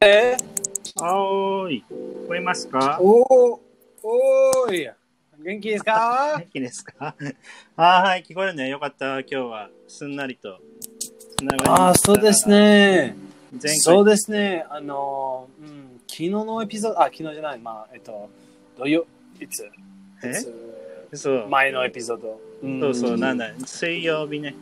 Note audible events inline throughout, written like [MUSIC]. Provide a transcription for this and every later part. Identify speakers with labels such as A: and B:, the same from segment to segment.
A: え
B: あおーい。聞こえますか
A: おーおーい元気ですか
B: 元気ですか [LAUGHS] あーはい、聞こえるね。よかった。今日はすんなりと。つながりました
A: ああ、そうです。ね。
B: 前回
A: そうですね。あのー、うん、昨日のエピソード、あ、昨日じゃない、まあ、えっと、土曜、いついつ
B: えそう、
A: 前のエピソード。ん
B: そうそう、なんだ。水曜日
A: [LAUGHS]
B: ね。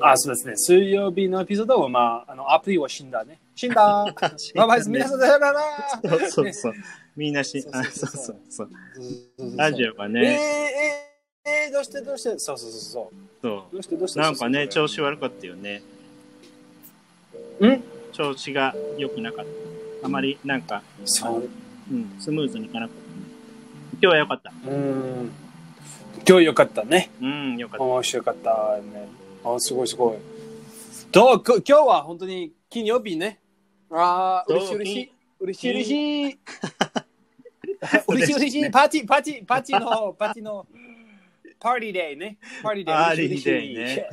A: あ、そうですね。水曜日のエピソードは、まあ、あの、アプリは死んだね。死んだ
B: [LAUGHS] 死んだね
A: バイバイです皆さん、さよなら
B: そうそう
A: ね
B: そう。みんなし
A: そ、う
B: あ、そう
A: そ
B: う
A: そ
B: そううそう。
A: そうそうそう
B: ラジオが
A: えー、
B: ね、
A: えー、えー、どうしてどうしてそうそうそうそう。
B: そ
A: どうしてどうし
B: う。
A: て
B: なんかね、
A: そう
B: 調
A: そう
B: 子悪かったよね。
A: ん
B: 調子が良くなかった。あまり、なんか、
A: そう
B: うん、スムーズにいかなかったね。今日は良かった。
A: うん今日よかったね。
B: うん、良かった。
A: 面白かったね。あ、すごいすごい。どうく今日は本当に金曜日ね。ああ、
B: そう
A: 嬉しい嬉しい。嬉しい嬉しい。嬉
B: 嬉 [LAUGHS]
A: し
B: し
A: い
B: い
A: 嬉しい。パーティーパーティーパーティーのパーティーのパーティーデイね。パーティーデイ。
B: パーティー
A: 嬉しい嬉しい
B: デイね。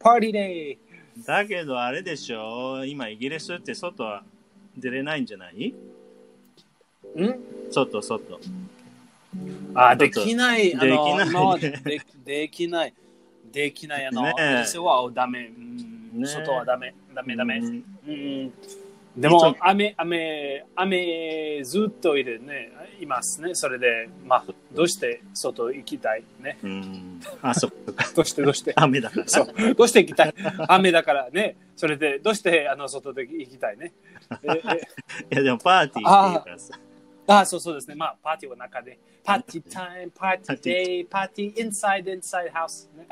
A: パーティーデイ。
B: だけどあれでしょ今イギリスって外は出れないんじゃない
A: ん
B: 外外
A: あ、
B: ちょ
A: で
B: っと
A: きない。あの
B: できない
A: 今まででできない。できない。あの、
B: ねえ
A: 店はダメ。うん
B: ねえ
A: 外はダメ。ダメダメ。
B: うん
A: うんで
B: いつ
A: も
B: も、
A: 雨、雨、雨、ずっといるね、いますね。それで、まあ、どうして外行きたいね。
B: うんあそっか
A: どうして、どうして。
B: 雨だから
A: そう、どうして行きたい雨だからね。それで、どうして、あの、外で行きたいね。ええ
B: いやでもパーティーっていうからさ
A: あ、そうそうですね。まあ、パーティーは中で。パーティータイム、パーティーデイ、パーティーインサイド、インサイドハウス。ね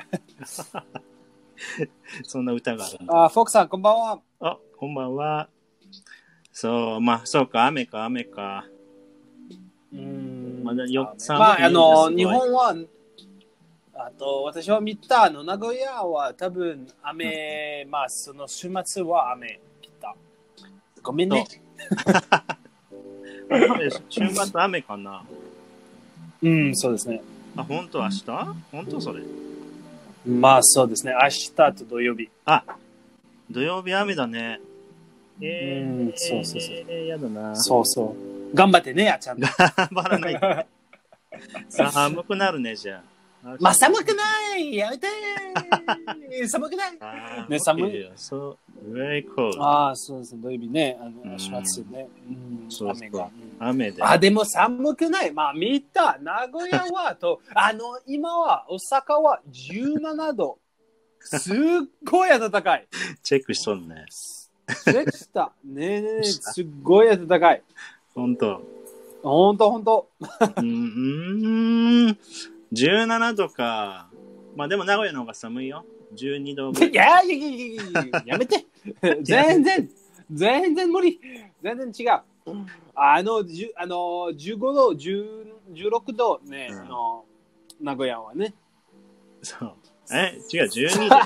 B: そんな歌があるんだ
A: あ、フォークさん、こんばんは。
B: あこんばんはそうまあそうか雨か雨か
A: うん
B: まだよ寒い
A: まあ、あの、
B: すごい
A: 日本は、あと、私は見た、あの、名古屋は多分雨、まあ、その週末は雨来た。ごめんね。
B: 雨週末雨かな
A: うん、そうですね。
B: あ本当明日本当それ
A: まあ、そうですね。明日と土曜日。
B: あ土曜日雨だねえー
A: うんそうそうそう
B: えーやだな [LAUGHS]
A: そうそう。頑張ってね、あちゃん。
B: 頑張らないさ寒くなるねじゃあ
A: まあ、寒くないやめて
B: [LAUGHS]
A: 寒くない
B: あー
A: ね寒い
B: 起きるよそう、very cold。
A: ああ、そうですね。土曜日ね。あ
B: う
A: の、
B: ん
A: 週末ね。うん、
B: そうそう
A: 雨が。うん
B: 雨で。
A: あ、でも寒くない。まあ、見た。名古屋はと、あの、今は、大阪は17度。すっごい暖かい。
B: チェックしとんね。
A: できた。ねえねえねえ、すっごい暖かい。
B: ほんと。
A: ほんとほんと。
B: うん、うーん。17度か。まあでも名古屋の方が寒いよ。12度ぐらい
A: いやいやいやいやいややめて。全然、全然無理。全然違う。あの、じゅあの15度、10 16度ね、
B: うん
A: あの名古屋はね。
B: そう。え、違う、12度。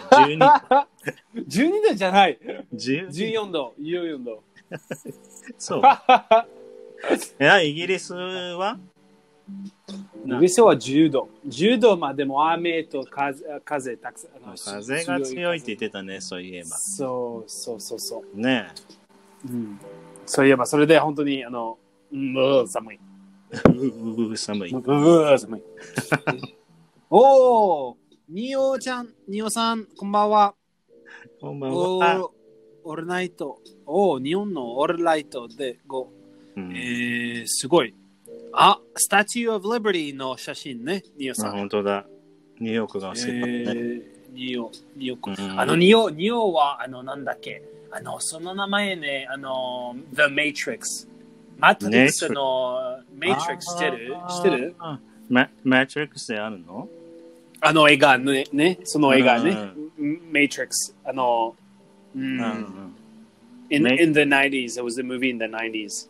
B: 12
A: 12度じゃない。
B: 10
A: 14度、14度。 [LAUGHS]
B: そう。え、イギリスは
A: お店は10度。10度までも雨と風風たくさん。あの
B: 風が強いって言ってたね、そういえば。
A: そうそうそうそう。
B: ね
A: うん、そういえば、それで本当に、あの、うん、うわ寒い。。
B: え。ううう寒いう [LAUGHS]
A: わ寒い。おお、におちゃん、におさん、こんばんは。
B: こんばん
A: お
B: は。
A: ーオールナイト。おお、日本のオールナイトでご、
B: うん
A: えー、すごい。あ、スタチュー・オブ・リベリーの写真ね、におさ
B: あ、
A: ん。
B: 本当だ。ニューヨークが
A: え
B: 忘れたね。
A: ー、ニオ、ニオくん。
B: うん
A: あの、ニオ、ニオは、あの、なんだっけ。あの、その名前ね、あの、The Matrix。マトリックスの、メイトリックスしてるしてる
B: あーママトリックスであるの
A: あの映画ね、ね、その映画ね
B: うん。
A: Matrix。あの、う。
B: うんん。
A: in,
B: ね
A: in the 90s. It was a movie in the 90s.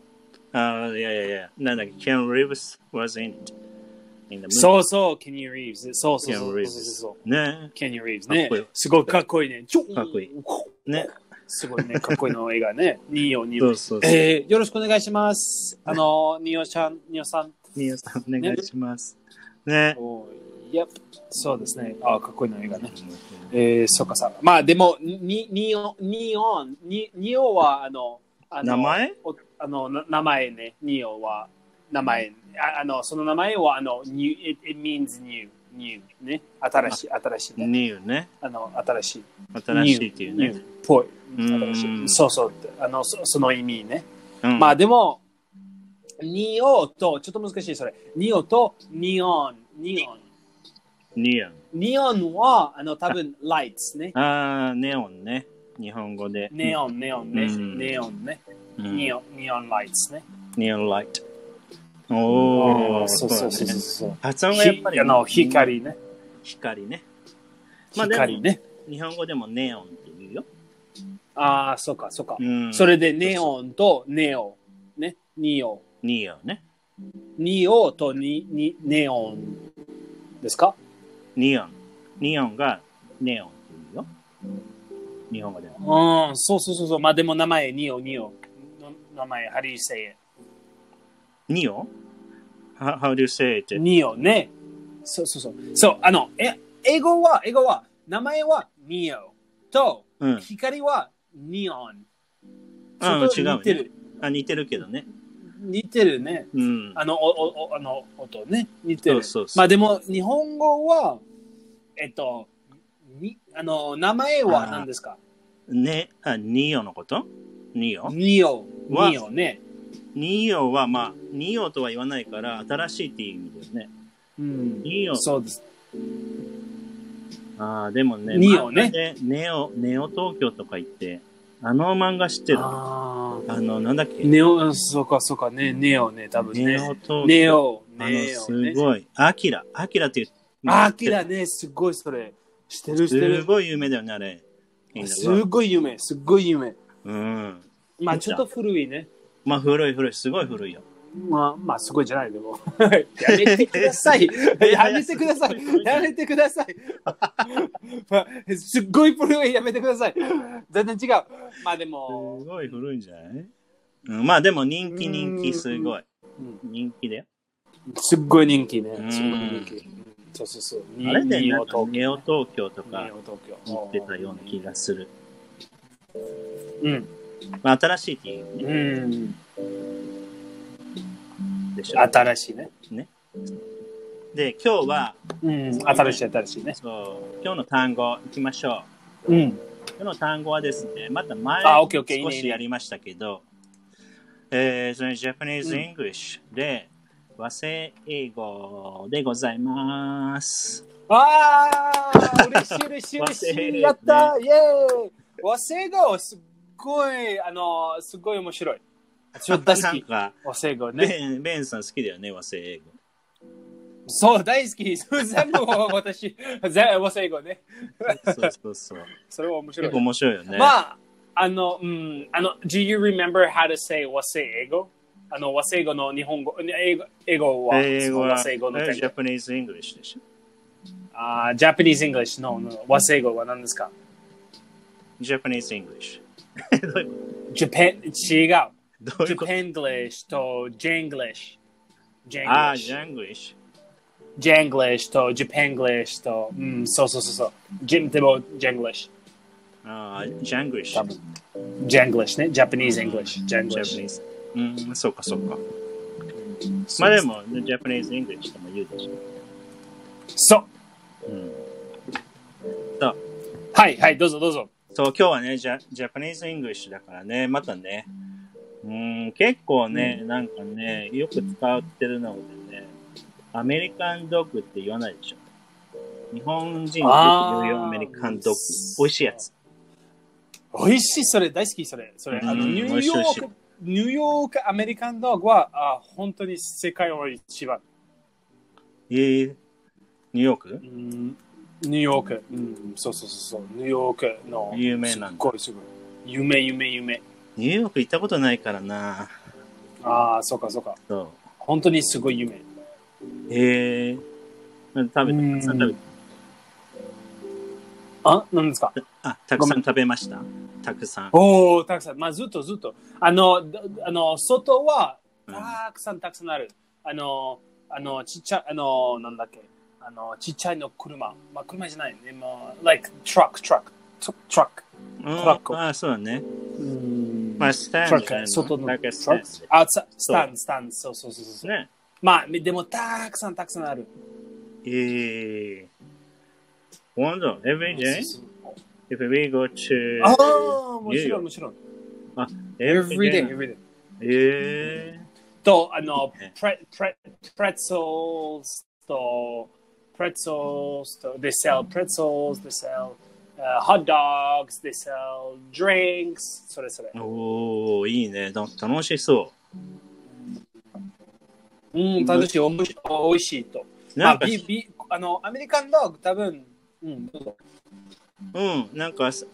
B: ああ、いやいやいや。なんだっけ、ケン・リーブス was in it. In the movie.
A: そうそう、ケニー・リーブズ。そうそう
B: Keanu
A: そうそう
B: Reeves
A: そうそう。
B: ね
A: ケニー・リーブズ
B: か
A: ね
B: っこいい。
A: すごいかっこいいね。ちょ
B: かっこいいね。
A: すごいね、かっこいいの映
B: [LAUGHS]
A: 画ね。ニオ、ニオ
B: そ。うそうそう。
A: えー、よろしくお願いします。あの、ニオちゃん、ニオさん。
B: ニューさん、お願いします。ね。
A: おいや、そうですね。あかっこいいの映画ね。えー、そうかさ。まあ、でも、に、ニオ、ニオン、ニニオは、あの、あの
B: 名前
A: おあのな名前ね、ニオは名前ああのその名前はあの new it, it means new new ね新しい新しい、ね、
B: ?new ね。
A: あの新しい
B: 新しいっていう
A: new
B: ね。
A: new っぽい
B: うん
A: 新しいそうそうあのそその意味ね、
B: うん
A: まあでもニオとちょっと難しいそれニオとニオンニオン
B: neon。
A: ニオンはあの多分 lights ね
B: あー、ネオンね。日本語で。
A: ネオンネオンね
B: うん
A: ネオンね
B: うん。
A: ニオンニオン lights ね
B: neon light。おー、
A: そうそうそう
B: だね
A: そう
B: 発音がやっぱり
A: ひあの光ね
B: 光ね。まあでも
A: 光ね。
B: 日本語でもネオンって言うよ。
A: ああ、そうか、そうか。
B: うん
A: それで、ネオンとネオ、ね、ニオ、
B: ニオね。
A: ニオとニニネオンですか
B: ニオン。ニオンがネオンって言うよ。日本語では。
A: うん、そうそうそうそう。まあでも名前、ニオ、ニオ。の名前、ハリーセイエ。
B: ニオ how, ?How do you say it?
A: ニオね。そうそうそう。そう、あの、え英語は、英語は、名前はニオと、
B: うん。
A: 光はニオン。
B: あ
A: ちょっと
B: 違うね
A: 似てる。
B: あ、似てるけどね。
A: 似てるね。
B: うん。
A: あの、お、お、おあの、音ね、似てる。
B: そうそうそう
A: まあでも、日本語は、えっと、にあの、名前は
B: あー
A: 何ですか
B: ね、あ、ニオのことニオ
A: ニオ、
B: は
A: ニオね。
B: ニオはまあ、ニオとは言わないから、新しいっていう意味だよね。
A: うん。
B: ニオ。
A: そうです。
B: ああ、でもね、
A: ニオね
B: 漫画でネオ、ネオ東京とか言って、あの漫画知ってるあ
A: ああ。
B: の、なんだっけ
A: ネオ、そうか、そうか、ね、ネオね、多分
B: ネ
A: ね
B: オ。東京。
A: ネオ、
B: あの、
A: ネオ、
B: す
A: ね。
B: ごい。アキラ。アキラっていう。
A: あきらね、すごいそれ。してる、して
B: す
A: る。
B: ごい有名だよね、あれ。
A: すごい夢、すごい夢。
B: うん。
A: まあちょっと古いね。
B: まあ、古い古い。すごい古いよ。
A: まあ、まあ、すごいじゃない、でも。 [LAUGHS] やめてください。 [LAUGHS] やめてください。やめてください。まあすっごいプレーやめてください。全然違う。まあですも、
B: ごい古いんじゃないうん、まあでも人気人気すごい。
A: うん
B: 人気だよ。
A: すっごい人気ね
B: う。ん
A: すっごい人気。うんそうそうそう。
B: あれだ
A: ニ
B: よ
A: オ
B: ねなん
A: 東
B: か。ネオ東
A: 京。
B: 京と
A: ニ
B: か
A: オ東京。
B: 言ってたような気がする。
A: うん。
B: まあ、新しいっていう意味
A: うん。
B: でしょ。
A: 新しいね。
B: で、今日は、
A: うん。新しい、新しいね。
B: そう、今日の単語行きましょ
A: うん。
B: う。今日の単語はですね、また前
A: あオッケーオッケーいい
B: 少
A: ねいい
B: し
A: ね
B: やりましたけど、えー、その Japanese
A: うん
B: English で和製英語でございます。
A: ああ嬉しい嬉しい嬉
B: 和製
A: し
B: ね
A: いやったイェーイ和製語すっごい、あの、すっごい面白い。ちょっと大好
B: なん
A: き。
B: か、
A: 和製語ね。
B: ベンベンさん好きだよね、和製英語。 [LAUGHS]
A: そう、大好き。そう全部私、全和製語ね。
B: そうそうそう。
A: それは面白
B: 結
A: い。
B: 構面白いよね。
A: まあ、あの、うん、あの、Do you remember how to say 和製英語あの、和製語の日本語、英語英語は、
B: 英語
A: そ
B: は
A: の和製語の単語
B: Japanese English でしょ。
A: あー Japanese English のの和製語は何ですか
B: Japanese English。どう [LAUGHS] いう
A: Japan、違う。
B: どういうこと
A: Japanglish と Janglish。
B: ああ、
A: Janglish。
B: Janglish。
A: Janglish と Japanglish と、うん、そうそうそうそう。ジンでも Janglish。
B: ああ、Janglish。
A: 多分 Janglish ね。Japanese English。Janglish。
B: Japanese。うん、そうかそうか。まあでも、Japanese English とも言うでしょ。
A: そう。
B: うん、
A: はいはい、どうぞどうぞ。
B: そう、今日はね、ジャ Japanese English だからね、またね、うん、結構ね、なんかね、よく使ってるのでね、アメリカンドッグって言わないでしょ。日本人はよく言うよ、
A: あー
B: アメリカンドッグ。美味しいやつ。
A: 美味しい、それ、大好き、それ。それ、あの、
B: うん
A: ニュー
B: 美味しい
A: ヨ
B: 美味しい
A: ーク、ニューヨークアメリカンドッグは、あ本当に世界は一番。
B: えー、ニューヨーク
A: うんニューヨーク、うん、そうそうそうそう、ニューヨークの、
B: 有名なんだ
A: すっごいすごい。夢、夢、夢。
B: ニューヨーク行ったことないからな。
A: ああ、そうか、そうか。
B: そ
A: 本当にすごい夢。
B: う。えー、食べた、たくさん食べた。
A: あ、何ですか
B: あ、たくさん食べました。たくさん。
A: おお、たくさん。まあ、ずっとずっと。あの、だあの外は
B: うん
A: たくさんたくさんある。あの、あの、ちっちゃい、あの、なんだっけ。あの、ちっちゃいの車。まあ、車じゃない。でも、like, truck, truck, truck.
B: うん
A: トラック
B: ああ、そうだね。
A: うん
B: まあ、スタンド
A: truck 外の
B: like a
A: truck
B: stand
A: あ、さスタンド、スタンド、そうそうそうそう。
B: ね。
A: まあ、でもたくさんたくさんある。
B: えー、wonder, every day,
A: そうそう
B: if we go to
A: ああ、もち
B: New
A: ろん
B: York
A: もちろん。
B: every day.
A: every day.
B: え
A: と、あの
B: ね、
A: プレ、プレ、プレッツォーズと、プレッツォーズと、they sell プレッツォーズ、they sell、uh, hot dogs, they sell drinks, それそれ
B: ー、。おー、いいね。だ楽しそ
A: うん、楽しい、おもしおいしいと。
B: う。
A: ま
B: な
A: あ、
B: んか、
A: ビビあの、アメリカンドッグ、多分、うん、どうぞ [LAUGHS]
B: うん、なんか、さ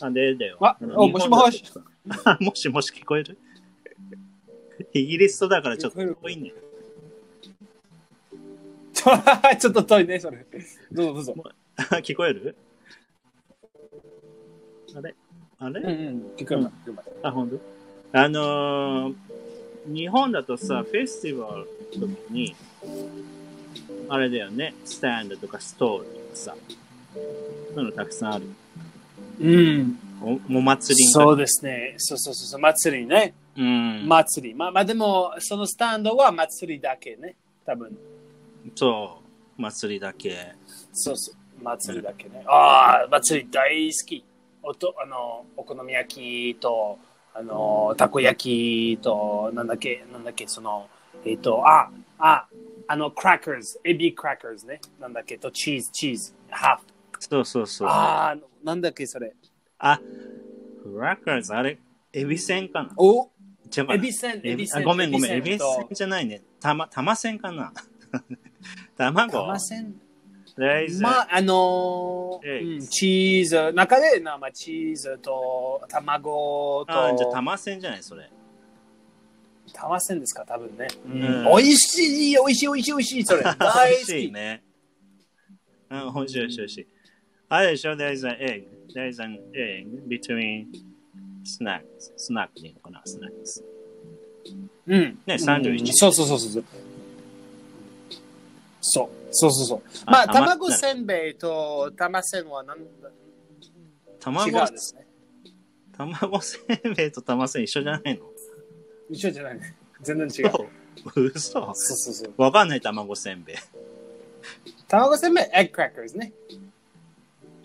B: あれだよ。
A: あ
B: あの
A: おもしも。し
B: 日本だと [LAUGHS] もしもし聞こえるイギリスとだからちょっと遠いね。
A: ちょちょっと遠いね、それ。どうぞどうぞ。
B: [LAUGHS] 聞こえるあれあれ、
A: うんうん、聞くよ、聞くよ
B: あ、ほんとあのー、日本だとさ、フェスティバルの時に、あれだよね、スタンドとかストーリーとかさ、そういうのたくさんある。
A: うん、
B: おお祭りみたいな
A: そうですね。そうそうそうそう、祭りね。
B: うん。
A: 祭り。まあ、まあ、でも、そのスタンドは祭りだけね。多分。
B: そう、祭りだけ。
A: そうそう。祭りだけね。ああ、祭り大好き。おと、あの、お好み焼きと、あの、たこ焼きと、なんだっけ、なんだっけ、その、えっ、と、あ、あ、あの、クラッカーズ、エビクラッカーズね。なんだっけ、と、チーズ、チーズ、ハー
B: そうそうそ
A: フ。
B: う。
A: ああ、なんだっけ、それ。
B: あ、クラッカーズ、あれ、エビせんかな
A: お
B: 違うかな
A: エビせん、エビせ
B: あ
A: ん。
B: ごめんごめん、エビ
A: せ
B: せん
A: と
B: じゃないね。たま、たませんかな [LAUGHS]
A: か
B: 卵
A: ません。
B: レイズ
A: まあ、あのー
B: Eggs
A: うん、チーズ、中で、なまあ、チーズと卵と、
B: あじゃあたませんじゃないそれ。
A: たませんですか、多分ね。うん
B: うん
A: 美味しい、美味しい、美味しい、美味しい、それ。
B: [LAUGHS]
A: 大
B: 美
A: 好
B: 味しい
A: き。
B: ね。うん、美味しい美味しい美味しい。あれでしょ ?There is an egg. There is an egg between snacks. スナックでいいのかなスナックス。
A: うん。
B: ねサンドイッチ
A: うんそうそうそうそう。そう、そうそうそう。
B: あ
A: まあ、
B: たま
A: 卵せんべいと玉せんはなん違
B: 卵
A: うで、すね。
B: 卵せんべいと玉せん一緒じゃないの
A: 一緒じゃないね。全然違う。
B: そう嘘
A: そうそうそう。
B: わかんない卵せんべい。
A: 卵せんべい、エッグクラッカーズね。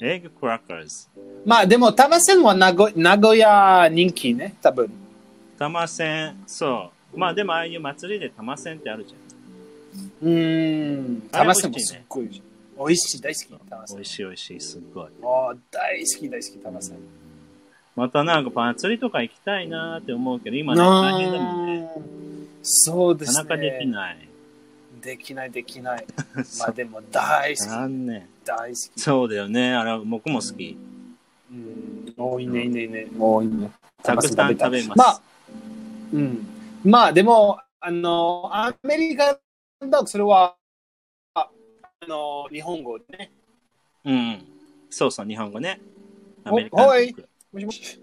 B: エッグクラッカーズ。
A: まあ、でも、玉せんは名古名古屋人気ね、多分。
B: 玉せん、そう。まあでもああいう祭りで玉せんってあるじゃん。
A: うーん、
B: あれ
A: 玉せんもすっごい美味しい。美味しい、大好き、玉せん
B: 美味。しい美味しい、すっごい。
A: あー大好き、大好き、玉せん。
B: またなんか祭りとか行きたいなーって思うけど、今ね、
A: な
B: 大変だもんね。
A: そうで
B: なか
A: すね。
B: なかできない。
A: できない、できない。まあでも大好き、
B: 残念。
A: 大好き。
B: そうだよね。あれ、僕も好き。
A: うん、多いね、いいね、いいね。多いね。
B: たくさん食べます。
A: まあ、うん。まあでも、あの、アメリカンドッグ、それは、ああの、日本語でね。
B: うん。そうそう、日本語ね。ア
A: お
B: メリカンド
A: お
B: ッ
A: い
B: グ。
A: もしもし。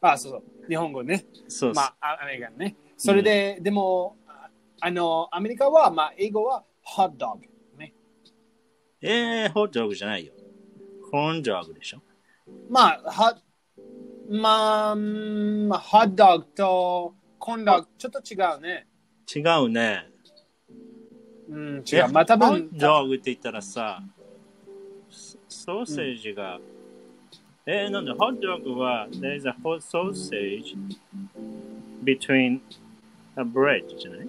A: あ、そうそう。日本語ね。
B: そうそう。
A: まあ、あアメリカンね。それで、でも、ああの、アメリカは、まあ、英語は、ホットドッグ。ね。
B: えー、ホットドッグじゃないよ。コーンドッグでしょ。
A: まあ、は、まあ、うんまあハットドッグとコーンドッグ、ちょっと違うね。
B: 違うね。
A: うん、違
B: え
A: う。まあ、多
B: ホ
A: 分
B: ット、ドッグって言ったらさ、ソソーセージが、えー、なんだ、ホットドッグは、there is a hot sausage between a bread じゃない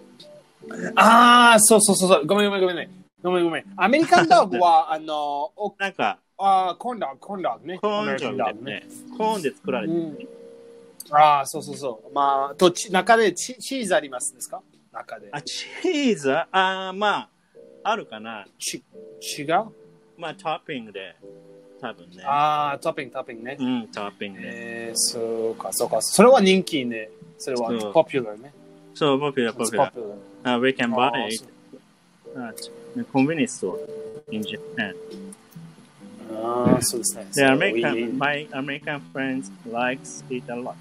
A: ああ、そうそうそうそう。ごめんごめんごめんね。ごめんごめん。アメリカンドッグは、あの、お
B: なんか、
A: あーコーンドッグ、コーンドッグね。
B: コーン
A: American
B: ドッグ
A: dog
B: だよね。コーンで作られてる、ね
A: ああ、そうそうそう。まあ、とち、中でチチーズありますですか中で。
B: あ、チーズあー、まあ、あるかな。
A: ち、違う
B: まあ、トッピングで、多分ね。
A: ああ、トッピング、トッピングね
B: う。ん、トッピングで。
A: えー、そうか、そうか。それは人気ね。それは
B: そう、
A: ポピュラーね。
B: そう、僕は僕は。
A: popular.
B: Uh, we can
A: あ
B: buy
A: ー
B: it
A: そう
B: at the convenience store in Japan.
A: あー、そうですね。
B: The
A: そう
B: American,
A: い
B: my American friends likes it a lot.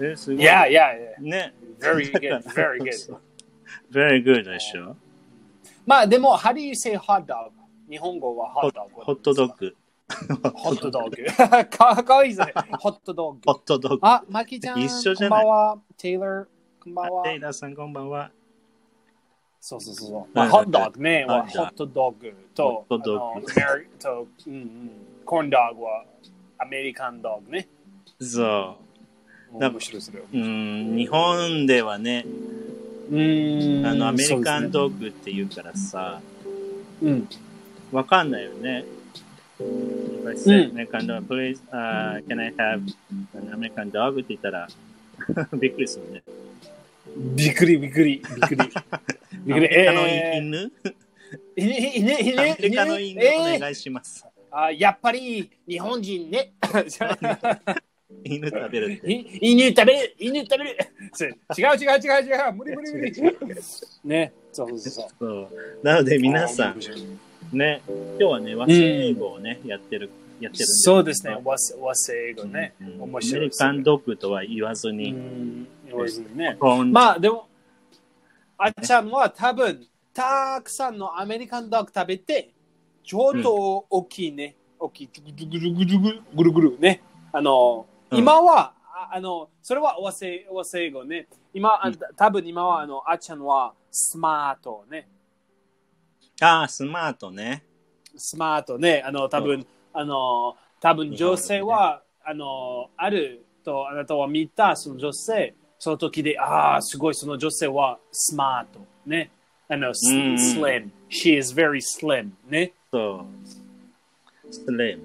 B: えすごい
A: い Yeah, yeah,
B: ね。
A: yeah.
B: [LAUGHS]
A: Very good, very good.
B: Very good でしょ。
A: まあでも、how do you say hot dog? 日本語は hot dog.
B: ホットドッグ。
A: ホットドッグ。 [LAUGHS] かかわいいですね。ホットドッグ
B: [LAUGHS] ホ。ットドッグ。
A: あ、マキちゃん、
B: 一緒じゃない
A: こんばんは。テイラー、こんばんは。
B: テイラーさん、こんばんは。
A: そうそうそうそう。まあ、
B: うん
A: ホットドッグね、
B: はい
A: はホットドッグと、
B: ホットドッグ
A: あのアメリと、うんうん、コーンドッグはアメリカンドッグね。
B: そ
A: 面白いですね。
B: う。うん、日本ではね、
A: うーん。
B: あの、アメリカン
A: ッ
B: ドッグって言うからさ、
A: グ。うん。
B: わかんないよね。If I say American dog, please,、uh, can I have an American dog? って言ったら、 [LAUGHS] びっくりするね。
A: びっくりびっくりびっ
B: [LAUGHS]
A: くり。びっくり。
B: アメリカの
A: え
B: 犬、
A: ー、犬犬犬
B: アメリカの犬、お
A: えー
B: 願いします。
A: あやっぱり日本人ね。 [LAUGHS]
B: 犬食べるって。
A: い犬食べる犬食べるそう違う違う違う違う無理無理無理
B: [LAUGHS]
A: ねそうそうそう
B: そう。なので皆さん、
A: ん
B: ね、今日はね、和製英語をね、やってる、やってるんです
A: そうですね和製和製英語ね
B: うん
A: 面白い
B: アメリカンドッグとは言わず
A: う
B: に、
A: んそうですね
B: まあ、
A: まあでもあっちゃんは多分たくさんのアメリカンドッグ食べてちょっと大きいね大きいぐるぐるぐるぐるぐるぐるねあの
B: うん
A: 今はああのそれは和製和製英語ね今あ
B: うん
A: 多分今はあのあっちゃんはスマートね
B: あースマートね。
A: スマートね、あの、多分、あの、多分女性は、あの、あると、あなたは見た、その女性、その時で、ああ、すごい、その女性はスマート、ね。あの、ス
B: うんうん
A: slim。She is very slim, ね。 [LAUGHS]
B: そう。スレム。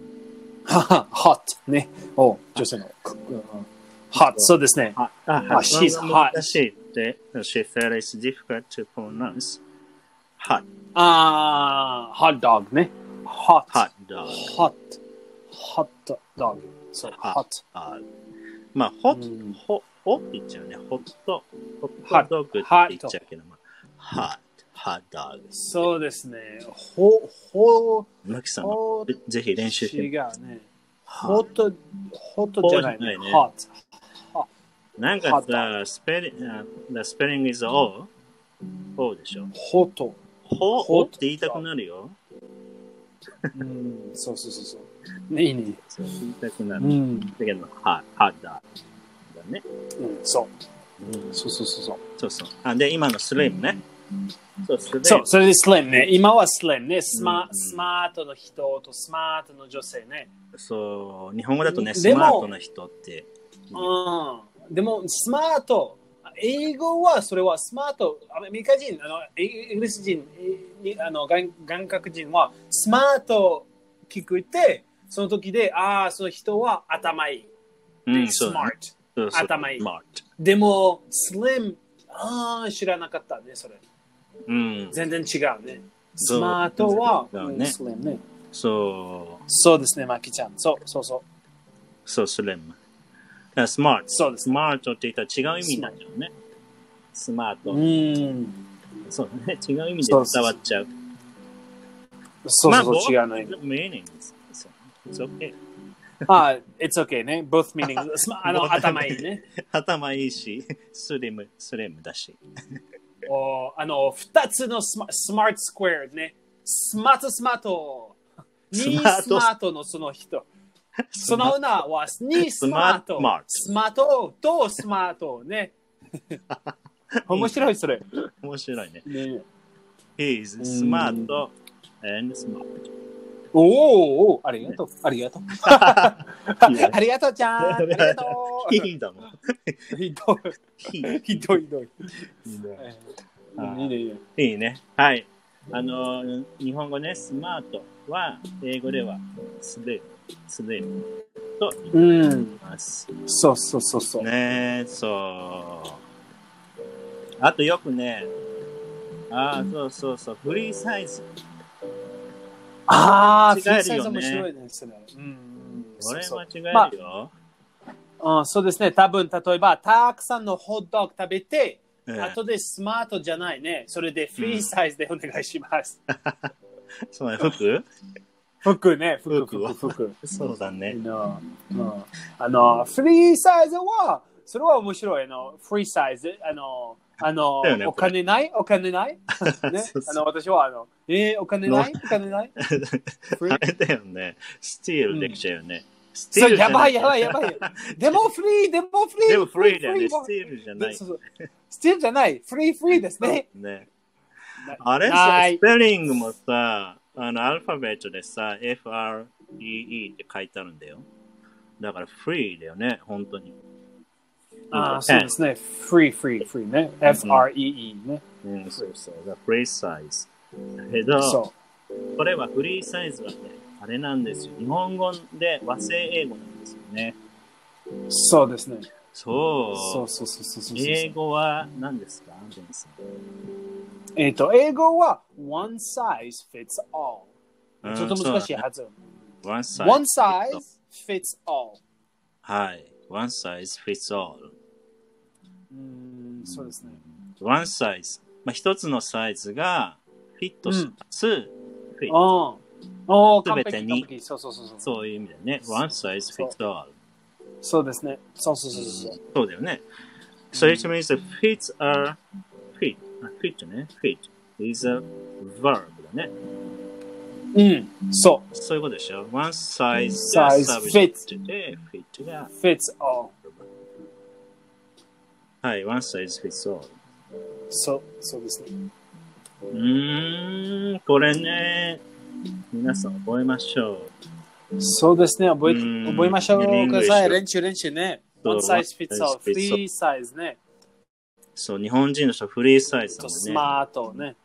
A: はは hot, ね。お、女性の。hot, そうですね。
B: あ、
A: あ she's
B: 発音が難しいって、she said it's difficult to pronounce hot,
A: ああ、hot dog ね。hot,
B: hot dog.
A: hot, hot dog. そう、
B: Hot.
A: hot.
B: あまあ、hot、
A: うん
B: ほ、おって言っちゃうね。ホット、ホットドッグって言っちゃうけど、まあ、hot、hot dog。
A: そうですね。ほ、ほ、
B: マキさんも
A: ほ
B: ぜぜひ練習してみ
A: 違
B: て。
A: うね。ホ
B: hot
A: ット、ホットじゃないね。
B: ホットじゃ
A: ホッ
B: なんかさ、スペリ、あ the spelling is O。O でしょ。
A: ト。ホット。
B: ほ、
A: ほ
B: おって言いたくなるよ。
A: うん、そうそうそうそう。ね、いいね。
B: そう、言いたくな
A: う
B: る。
A: ん、
B: だけど、hot、hot dog。だね。
A: うん、そう。
B: うん
A: そうそうそうそう。
B: そうそう。あ、で、今のスレムね。そう、スレム。
A: そう、それでスレムね。今はスレムね。スマ,、
B: うん
A: スマートの人とスマートの女性ね。
B: そう日本語だとね、ス
A: でも
B: マートな人って。
A: うん。でも、スマート。英語はそれはスマート。アメリカ人、あのイイギリス人、いにあの眼眼角人はスマート聞くて、その時で、ああ、その人は頭いい。
B: うん、
A: ス
B: そう
A: マ
B: だ
A: ー
B: ね。
A: ト。
B: そうそう
A: 頭いい
B: スマート。
A: でも、スリム、ああ、知らなかったね、それ。
B: うん。
A: 全然違うね。
B: そ
A: ス
B: う
A: マートは、
B: 全然違う
A: うん
B: ね
A: スリムね。
B: そ
A: そうですね、マキちゃん。そうそうそう。
B: う、そう、スレム。スマート。
A: そうです
B: ス
A: ね。
B: マートって言ったら違う意味になっちゃうね。スマー
A: う
B: ト。
A: ーん。
B: そうね。違う意味で
A: そうそ
B: 伝
A: う
B: わっちゃう。
A: そうそうそう、
B: まあ
A: 違うね。
B: both meanings. そう It's okay.
A: ああ、it's okay ね。both meanings. スマ
B: [LAUGHS]
A: あ
B: ボ
A: の、
B: ー
A: 頭いいね。
B: 頭いいし、 [LAUGHS] スレム、スレムだし。
A: おあの、二つのスマスマートスクエアね。スマートスマート。に
B: ス
A: ス
B: マート
A: マートのその人。その女はにスマート
B: スマート。
A: スマートとスマートね。面白いそれ。
B: 面白いね。
A: ね
B: He is
A: ん
B: smart and smart.
A: おおおーありがとう。ありがとう。ありがとうちゃん。ありがとう。
B: He だもん。
A: ひどい。
B: He。
A: ひどいひどい。
B: あー
A: いいねいいね。
B: いいね。はい。あのー、日本語ね、スマートは、英語では、スレム、スレムと言い
A: うん。
B: ます。
A: そうそうそうそう。
B: ねそう。あとよくね、ああ、そうそうそう、フリーサイズ。
A: ああ、
B: 違
A: フ
B: える
A: リ
B: よね
A: ーサイズ面白いですね。うん。
B: これ
A: そう
B: 間
A: そ
B: 違
A: う
B: えるよ。
A: うんそうですね。多分例えば、たくさんのホットドッグ食べて、
B: うん
A: あとでスマートじゃないね。それでフリーサイズでお願いします。 [LAUGHS]
B: そうね、服
A: 服ね、服、
B: 服を
A: 服、服。
B: そうだね。
A: のあの、フリーサイズは、それは面白い。あの、フリーサイズ。あの、あの、
B: だよね
A: お金ないお金ないね
B: [LAUGHS] そうそ
A: あ
B: う
A: の、私は、あの、えー、お金ないお金ないフリ
B: あ
A: ー
B: れだよね。スティールできちゃうよね。ス
A: そう、やばいやばい
B: い。
A: やばいよ。でもフリー、でもフリー。
B: でもフリーだよね。
A: フ
B: スティールじゃない。
A: そうそうスティールじゃない。フリー、フリーですね。
B: ね
A: な。
B: あれさ
A: な、い
B: スペリングもさ、あの、アルファベットでさ、FREE って書いてあるんだよ。だから、フリーだよね、本当に。
A: ああ、そうですね。フリー、フリー、フリーね。F-R-E-E ね。
B: うん、そうそう。だからフリーサイズ。だけど、
A: そ
B: これはフリーサイズはね、あれなんですよ。日本語で和製英語なんですよね。
A: う、そうですね。
B: そう。
A: そうそうそうそうそうそう。
B: 英語は何ですかジェンさん
A: えっと、英語は one size fits all。
B: うん
A: ちょっと難しい発音。
B: そうだね One size,
A: one
B: fits all
A: size fits all。
B: はい。One size fits all.
A: うーん、そうですね。
B: One size。まあ、一つのサイズがフィットします、
A: うん。おお、完
B: 全
A: 璧
B: てに
A: 完璧そうそうそうそう。
B: そういう意味だよね。One size
A: そう
B: fits all.
A: そうですね。そうそうそうそう。
B: そうだよね。So it means that fits are fit. あ fit ね。fit is a verb だね。
A: うん、そ
B: そういうことでしょ。One size が
A: Size
B: subject で fit が
A: う。。fits all。
B: はい。One size fits all.
A: そう、そうですね。
B: うーん、これね。皆さん覚えましょ
A: そうですね。覚え
B: うーん
A: 覚えましょうください。
B: English
A: 練習練習ね。
B: そう
A: one size fits all
B: one size。fits all
A: free size ね。
B: う。そう、日本人の人はフリーサイズだも
A: と
B: んね。
A: スマートね。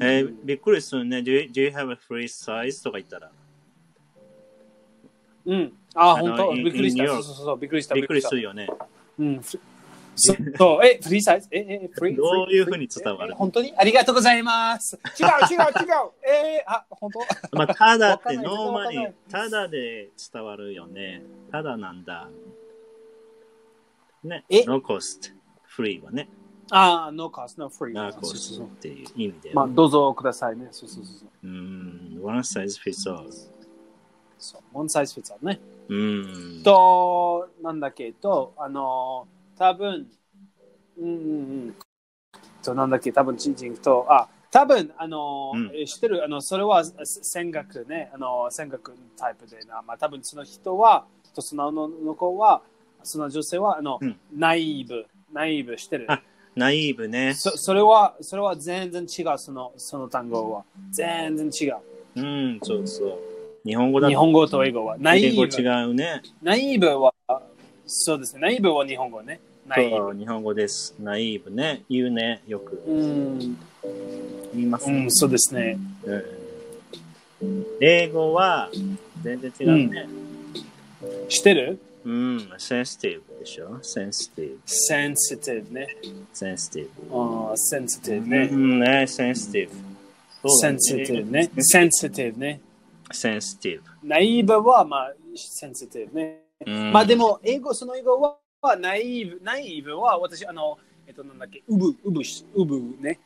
B: えー、びっくりするね。Do you, do you have a free size? とか言ったら。
A: うん。あ、
B: あの
A: 本当
B: in-
A: びっくりし
B: in
A: た。
B: Europe
A: そうそうそう。びっくりした。
B: びっくりす
A: し
B: るよね。
A: た。う
B: [LAUGHS]
A: ん。ふそそう、え、フリーサイズえ、え、フリー
B: どういうふうに伝わる
A: え本当にありがとうございます。
B: [LAUGHS]
A: 違う違う違う。えー、あ、本当
B: まあ、ただ
A: わ
B: っ
A: か
B: て
A: んない
B: ノーマ
A: わ
B: に
A: かん、
B: ただで伝わるよね。ただなんだ。ね。
A: え
B: no cost。フリーはね。
A: あー、no cost, no free.
B: no
A: そうそうそ
B: cost
A: う
B: っていう意味で。
A: まあ、どうぞくださいね。そうそうそうそう。
B: うーん、one size fits all。
A: そう、one size fits all ね。
B: うーん。
A: と、なんだけど、あの、多分うんうんうん。と、なんだっけ、多分チンチンと、あ、多分あの、
B: うん
A: え知ってる、あの、それはせ戦学ね、あの、戦学のタイプでな、まあ、多分その人は、と、そのあのの子は、その女性は、あの、
B: うん
A: ナイーブ、ナイーブしてる。
B: あナイーブね。
A: そそれは、それは全然違う、その、その単語は。全然違う。
B: うん、そうそう。日本語だ
A: 日
B: と
A: 本語と英語は。ナイ
B: 英語
A: ー
B: 違
A: ブ。
B: うね。
A: ナイーブは、そうですね。ナイーブは日本語ね。ナイーブ。
B: そう、日本語です。ナイーブね。言うね。よく
A: うん、
B: 言います
A: う
B: ね。
A: ん、そうですね。
B: うん英語は全然違うね。
A: してる
B: うん、センシティブでしょセンシティブ、
A: ?sensitive ね。
B: センシティ
A: あー sensitive
B: ブ。
A: ね
B: う。ん、ね、センシティブ。
A: sensitive ね。sensitive ね。
B: センシティ
A: ナイーブは、まあ、sensitive ね。
B: ブ。うん
A: まあで、も、英語、その英語は、はナイーブ、ナイーブは、私、あの、えっと、なんだっけ、うぶ、うぶし、うぶね。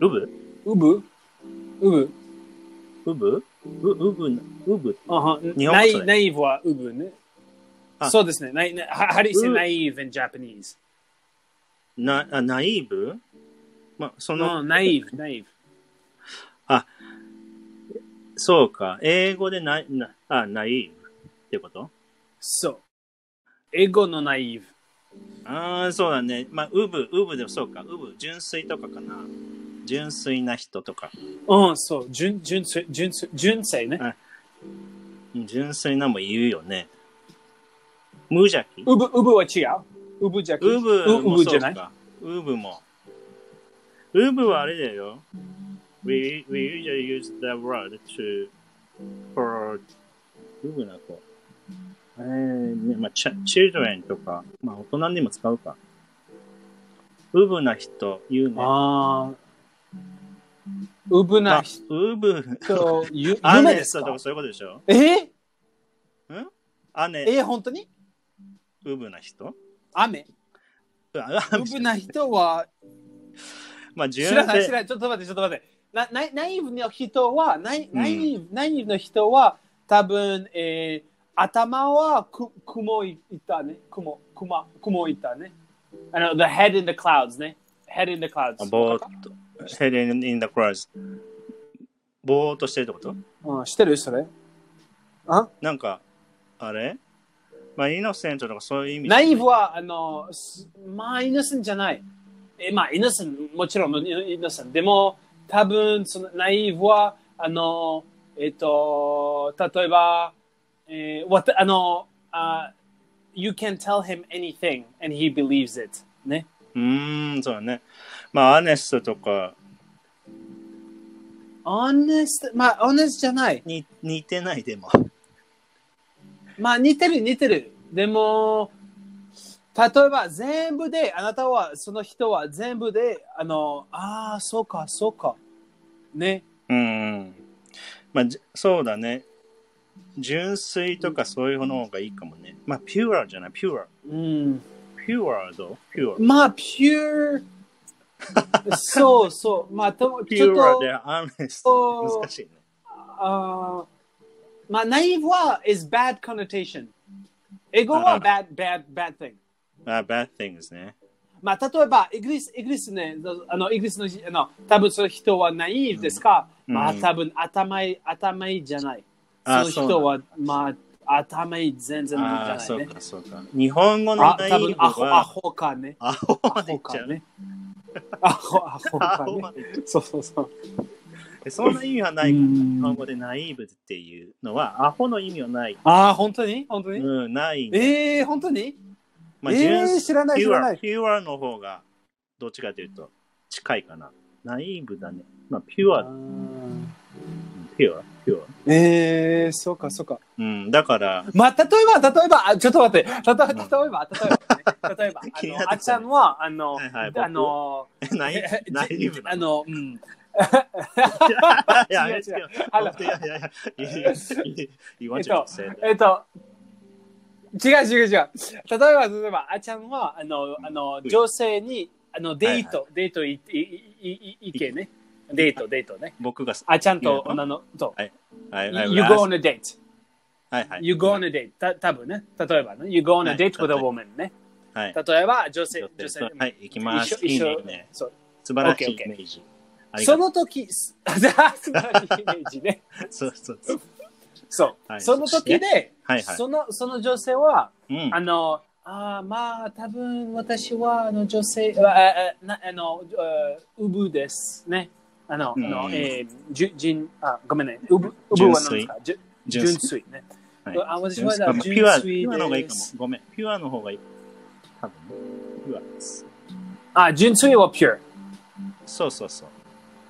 B: ウブ
A: うぶうぶ。
B: ウブウウブウブ
A: あは
B: 日本語
A: ナ
B: そ
A: イ
B: れ
A: ナイーブはうぶね
B: あ。
A: そうですね。ナイ、ナイ、how do you say
B: う
A: naive in Japanese?
B: なあナイーブまあ、その、
A: うん、naive、naive。
B: そうか。英語でナなあ、ナイーブってこと
A: そう。英語のナイーブ。
B: ああ、そうだね。まあ、ウブ、ウブでもそうか。ウブ、純粋とかかな。純粋な人とか。
A: うん、そう、純純粋、純粋、純粋ね。
B: うん純粋なも言うよね。無邪気
A: うぶ、うぶは違う。うぶじゃ
B: ウブ
A: う
B: も
A: ぶ
B: そ
A: じ
B: う
A: ゃない。
B: か。ウブも。ウブはあれだよ。We, we usually use the word to for ウブな子。えーねまあ、チャ children とか、まあ、大人にも使うか。ウブな人、言うね。
A: ああ。う
B: ま
A: ぶな
B: あ、ウブ、
A: 人、ゆ、
B: ア
A: 夢
B: ネ
A: で
B: ス
A: す
B: トと
A: か
B: かそういうことでしょ
A: え
B: アネ、
A: え、本当に
B: ウブな人
A: 雨
B: あ
A: うぶな人は、
B: [LAUGHS] まあ、純
A: 知らない、知
B: 粋。
A: らない。ちょっと待って、ちょっと待って。な、ナイナイーブの人は、ナイナイーブ、ナイーブの人は、多分、えー、頭はく雲いったね。雲、雲、雲いったね。あの、the head in the clouds ね。head in the clouds。
B: ぼーっと。head in, in the clouds。ぼーっとしてるってこと
A: うん、してるそれ。あ
B: なんか、あれまあ、イノセントとかそう
A: [LAUGHS]
B: いう意味
A: ナイフは、あの、すまあ、イノセンじゃない。え、まあ、イノセン、もちろん、イノセン。でも、多分、その、ナイフは、あの、えっと、例えば、えーわた、あの、あ、you can tell him anything and he believes it. ね。
B: うーん、そうだね。まあ、アネストとか
A: honest, まあ、honest じゃない。
B: に似てないでも。
A: まあ、似てる、似てる。でも、例えば、全部で、あなたは、その人は全部で、あの、ああ、そうか、そうか。ね。
B: うん。まあ、じそうだね。純粋とかそういうの方がいいかもね。まあ、ピュアじゃない、ピュア。
A: うん。
B: ピュアどうピュア。
A: まあ、pure。そうそう。まあ、と
B: ピ
A: ちょっ
B: ュア
A: と、
B: でアネス
A: そ
B: ト。
A: う
B: 難しいね。
A: あーまあ、naive は is bad connotation。英語
B: あ
A: は
B: ー
A: bad, bad, bad thing。
B: まあ、bad things ね。
A: まあ、例えば、イギリス、イギリスね、あの、イギリスのあの、多分その人はナイーブですか、
B: うん
A: まあ、
B: うん
A: 多分頭いい、頭いいじゃない。そ
B: あ
A: の人は、まあ、頭いい全然ない
B: あ
A: じゃ
B: あ、
A: ない
B: そう
A: ね。
B: か、そうか。日本語の
A: あ、
B: ナイ
A: 多分
B: ーブ
A: アホ、ア
B: は、
A: ホかね。
B: アホ
A: ア
B: までい
A: ホ
B: っちゃ
A: か
B: う。
A: ね。アホ、アホ
B: [LAUGHS] ア
A: か
B: ホ
A: ね
B: ま。でいっちゃ
A: そうそうそう。
B: う。そんな意味はないから、
A: うん
B: 日本語でナイーブっていうのは、アホの意味はない。
A: ああ、本当に本当に、
B: うん、ない。
A: ええー、本当に
B: ま
A: えー知らない
B: ピュ
A: 知らない
B: アピュアの方が、どっちかというと、近いかな。ナイーブだね。まあ、ピュア、ピュア、ピュア。
A: ええー、そうかそうか。
B: うん、だから、
A: まあ、例えば、例えば、あちょっと待って、例えば、例え
B: ん
A: ば、例えばね、例えば、
B: [LAUGHS] 気にな
A: あ
B: ってきたね
A: の、あっちゃんは、あの、
B: はいはい僕
A: あの、 [LAUGHS]
B: ナイ
A: え
B: ナイーブ
A: あ
B: なの。
A: の、うん。
B: いや
A: 違う違う
B: いやいや
A: あの
B: いやいやいやいや You want to say that.
A: えっと、違う違う違う。例えば、例えば、あっちゃんは、あの、あの、
B: うん
A: 女性に、あの、デート、デートい、い、い、い、いけね。デート、デートね。
B: 僕が、
A: あっちゃんと
B: いいの
A: 女の、と、
B: はいはい
A: you go on a date.
B: はいはい
A: You go on a date. た多分ね。例えばね。You go on
B: は
A: a
B: い
A: date with a woman ね。
B: はい。
A: 例えば、女性、女性。
B: はい、行きます。
A: 一緒
B: いいね
A: 一緒
B: いいね。
A: そう
B: 素晴らしい
A: オッ
B: イ
A: ケーオッケー
B: メージ。ありが
A: そ
B: とう
A: の時、す [LAUGHS] 素晴らしいイメージね。
B: そうそうそう。
A: そう。
B: はい
A: その時で、
B: はいはい。
A: その、その女性は、
B: うん
A: あの、あーまあ、多分私は、あの、女性、ああなあの、あウブですね。あの、あ
B: う
A: の、
B: ん
A: えー、じゅ、じん、あ、ごめんね。ウブ、ウブ
B: 純
A: は何
B: 粋
A: ですかじゅ
B: 純
A: 純
B: 粋。
A: 粋ね。
B: はい
A: あ、私
B: 純
A: は
B: 粋まあ
A: だ
B: ピ
A: 純
B: ュア、ピ
A: 粋
B: ュアの方がいい
A: で
B: かも
A: す。。
B: ごめん。ピュアの方がいい。多分。ピュアです。
A: あ、純粋は pure。
B: そうそうそう。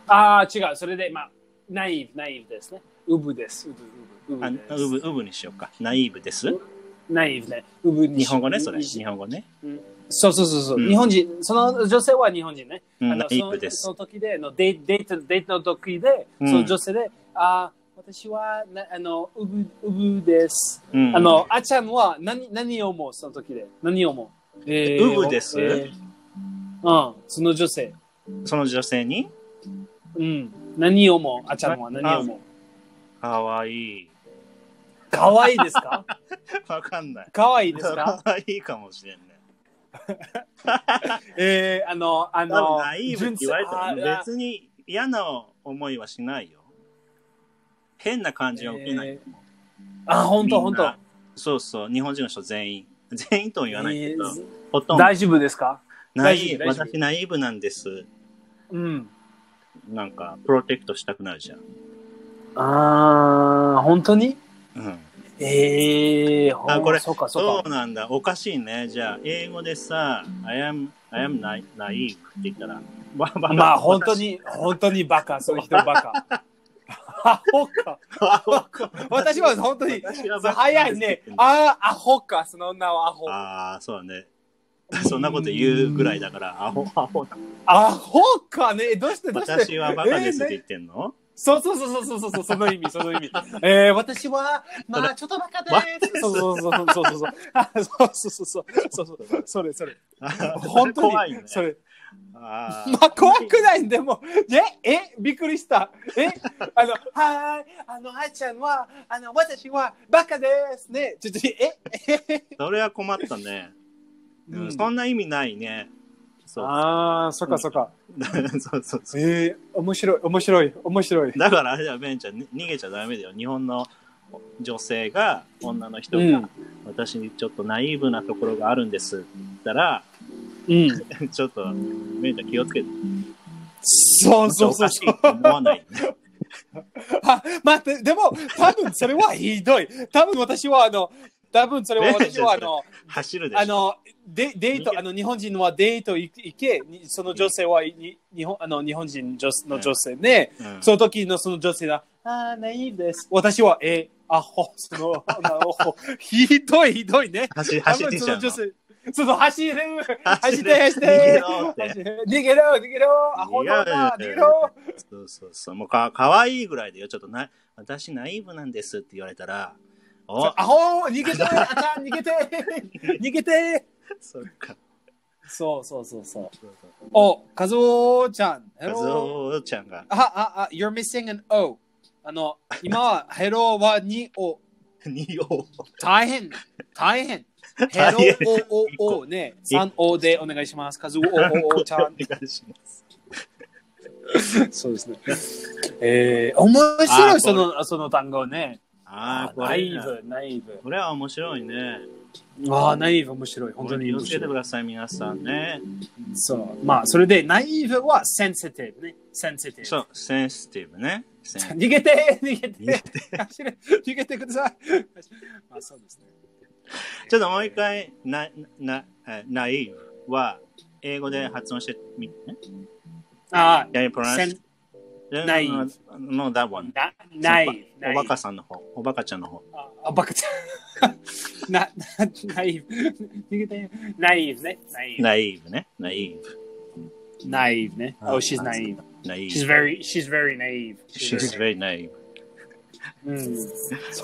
A: ああ、違う。それで、まあ、ナイーブ、ナイーブですね。ウブです。ウブ、ウブ。
B: あウ
A: ウブです
B: ブ、ウブにしようか。ナイーブです。
A: ナイーブね。ウブに
B: 日本語ね、それ。
A: にし
B: 日本語ね。
A: そうそうそうそう、
B: うん
A: 日本人、その女性は日本人ね。
B: うん
A: あ
B: ナ
A: の
B: イーブです
A: そのその時であのデー、デート、デートの時で、
B: うん
A: その女性で、ああ、私はなあのウブ、ウブです。
B: うん
A: あの、あちゃんは何、何を思うその時で。何を思う、え
B: ウブです
A: うん、その女性。
B: その女性に、
A: うん。何を思うあちゃんは何を思う
B: かわいい。
A: 可愛いですか
B: わかんない。
A: 可愛いですか
B: かわいいかもしれんね。
A: えー、あの、あ
B: 多分
A: の、
B: ナイーブって言われた
A: 純粋あ
B: ら
A: ー
B: 別に嫌な思いはしないよ。変な感じは受けないと思う。
A: あ、本当
B: み
A: 本
B: ん
A: 当。
B: なそうそう、日本人の人全員。 [LAUGHS] 全員とは言わないけど、
A: えー
B: ほとんど
A: 大丈夫ですか
B: ナ
A: 大
B: イー
A: 丈
B: ブ
A: 夫大丈夫
B: 私ナイーブなんです。
A: うん。
B: なんか、プロテクトしたくなるじゃん。
A: ああ、本当に
B: うん、
A: ええー、ほ
B: あこれ
A: そうか、そ
B: そううなんだ、おかしいね。じゃあ、英語でさ、I am, I am na- naive って言ったら、まあ、ま
A: か。まあ、本当。に、本当にバカ、そういう人バカ。
B: [LAUGHS]
A: アホか。
B: アホ
A: [LAUGHS] 私は本当に、
B: 私はバカ
A: 早いね。ああ、アホか、その女はアホ。
B: ああ、そうだね。 [LAUGHS] そんなこと言うぐらいだから、アホ、アホだ。
A: アホかね。どうして、どうして。
B: 私はバカですって
A: え
B: 言
A: ーね
B: ってんの、 [LAUGHS]
A: そうそうそうそうそうそう、その意味、その意味。えー、私は、まあ、ちょっとバカで
B: バ
A: す。そうそうそうそうそうそう。あそうそうそうそう。そうそう、それ、それ。
B: あ
A: 本当に
B: 怖いね。
A: それ
B: あ
A: まあ怖くないんでもええびっくりしたえあのはーいあのあいちゃんはあの私はバカですねちょっとええ、
B: ーそれは困ったね、うんそんな意味ないね。そう。
A: ああそっかそっか
B: [LAUGHS] そうそうそう。
A: えー、面白い面白い面白い
B: だからあれだよ、ベンちゃん、に逃げちゃダメだよ。日本の女性が、女の人が、
A: うん
B: 私にちょっとナイーブなところがあるんですって言ったら、 [LAUGHS]
A: うん
B: ちょっと、ベンちゃん気をつけて、
A: そうそうそう
B: ちょっとおかしいと思わない。
A: [LAUGHS] あ待ってでも多分それはひどい多分私はあの多分それは私はあの
B: 走るでしょ。
A: あのデデートあの日本人はデート行行けにその女性はいに日本あの日本人女の女性ね、
B: うん
A: その時のその女性が、あー、ないです。私は、えー、アホ、その、あのほひどい、ひどいね。
B: 走走って
A: 多
B: ちゃう
A: 分
B: の。
A: その女性、その走れる、走
B: 走れ
A: って、走
B: 逃
A: って
B: げろって、
A: 逃げろ、逃げろ、アホだな、逃
B: 逃げ
A: げ
B: ろ
A: ろ。
B: そうそうそう。もうか、かわいいぐらいでよ。ちょっとな、私ナイーブなんですって言われたら、お
A: アホ、逃げ
B: [LAUGHS]
A: て、あかん、逃げて、 [LAUGHS] 逃げて。
B: そっか。
A: そうそうそうそう。
B: そうそう
A: お、カズオちゃん。
B: カズ
A: Hello
B: オちゃんが [LAUGHS]
A: あ、あ、あ、you're missing an O。あの、今は、ヘロは2を。
B: 2を
A: 大変大変ヘ
B: 大変
A: ロオオオね、3オでお願いします。カズオオオちゃ
B: お願 [LAUGHS]
A: ん。
B: いします。
A: そうですね。えー、面白
B: あ
A: いそのその単語ね。
B: ああ、こ
A: ナ
B: れ
A: イーブ、ナイーブ。
B: これは面白いね。
A: ああ、ナイーブ面白い。本
B: 本
A: 当
B: 当
A: に
B: に気を
A: 面
B: つけてく
A: 白い。
B: ださい、皆さんね。
A: そう。まあ、それで、ナイーブはセンシティブね。センシティ
B: そ
A: ブ。
B: う、センシティブね。セン
A: 逃げて逃げ
B: げ
A: て走れ逃げてください。まあ、そうですね。
B: ちょっともう一回、な、な、えナイーブは、英語で発音してみてね。
A: あ
B: やプロ
A: あ、
B: ナ
A: セ
B: ン
A: ン
B: ス。、
A: naive
B: No, that one.
A: な、ナイーブ。
B: おばかさんの方、おばかちゃんの方。
A: ああ、バカち [LAUGHS] ゃん。な、な、ナイーブ。逃げてナイーブね。ナイーブ。
B: ナイーブね。ナイーブ。
A: ナイーブね。
B: あ
A: Oh, she's naive.
B: ナイ
A: She's
B: ー
A: very, she's very naive.
B: ブ。She's very naive.
A: うん。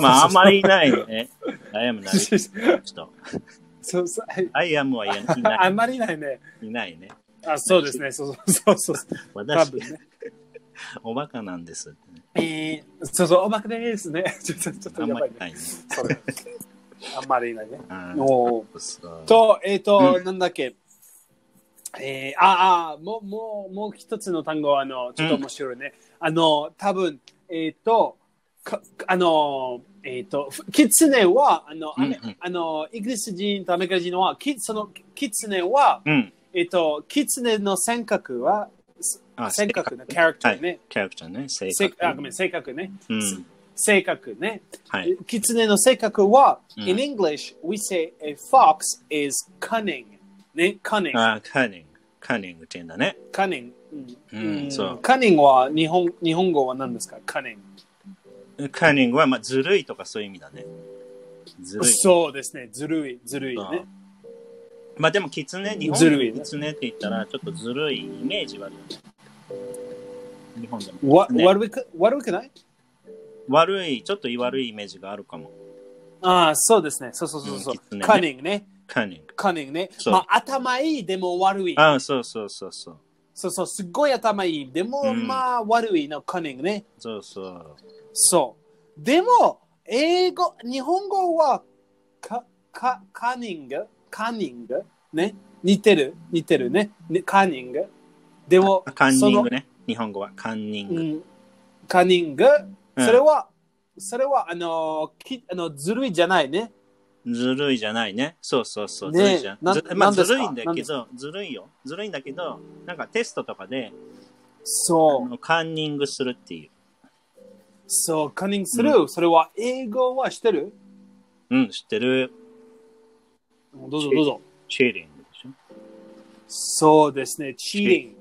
B: まあ、あんまりいないね。I am naive.
A: そう
B: ちょっと。
A: [LAUGHS] そうそう。 [LAUGHS]
B: I am はいない
A: あんまりいないね。
B: いないね。
A: あ、そうですね。そうそうそうそう。多
B: 私
A: 分、ね。
B: おバカなんです。
A: えー、そうそう、おまけですね。 [LAUGHS] ちょっと、ちょっ
B: あ
A: と
B: ん
A: や
B: ま
A: ばい
B: り
A: ね。
B: ないね。
A: それあんまりいないね。
B: あー
A: おー
B: そう
A: と、えっ、と、
B: う
A: なんだっけ。えー、ああ、もう、もう、もう一つの単語は、あの、ちょっと面白いね。あの、多分、えっ、と、かあの、えっ、と、ふキツネは、あの、あれ
B: うんうん
A: あの、イギリス人とアメリカ人は、キそのキツネは、
B: うん。
A: えっ、と、キツネの性格は、
B: あ、
A: 性格のキャラクターね。
B: キャラクターね。性
A: 性
B: 格。
A: あごめん、性格ね。
B: うん。
A: 性格ね。
B: はい。
A: キツネの性格は、
B: うん
A: in English, we say a fox is cunning. ね、cunning.
B: あ、カーニング。カーニングって言うんだね。
A: カニング。
B: うんそう
A: カニングは日本日本語は何ですかカニング。
B: カーニングは、まあ、ずるいとかそういう意味だね。ずるい。
A: そうですね。ずるい、ずるい
B: うん
A: ね。
B: まあ、でも、キツネ、日本
A: ずるい
B: でキツネって言ったら、ちょっとずるいイメージはあるよね。日本でも。
A: わ
B: ね
A: 悪く悪くない
B: 悪い、ちょっと悪いイメージがあるかも。
A: ああ、そうですね。そうそうそうそう
B: うん狐。ね
A: カニングね。
B: カーニング。
A: カニングね。
B: そう
A: まあ、頭いいでも悪い。
B: ああ、そうそうそうそう。
A: そうそう、すっごい頭いい。でも、
B: うん
A: まあ、悪いのカニングね。
B: そうそう。
A: そう。でも、英語、日本語は、か、か、カニング、カニング、ね。似てる、似てるね。ねカニング。でも、
B: カンニ
A: そ
B: ン
A: の
B: グね。日本語はカンニン
A: う
B: グ。
A: ん、カニング、
B: うん
A: それは、それは、あの、きあのずるいじゃないね。
B: ずるいじゃないね。そうそうそう。
A: ね
B: ずるいじゃん。
A: な
B: ずまあ、
A: なんで
B: ず
A: すか
B: るいんだ
A: なん
B: け
A: です
B: ど、ずるいよ。ずるいんだけど、なんかテストとかで、あ
A: そう、
B: のカンニングするっていう。
A: そう、カニングする。それは、英語はしてる
B: うん、知ってる。
A: どうぞどうぞ。
B: チーリングでしょ。
A: そうですね、cheating。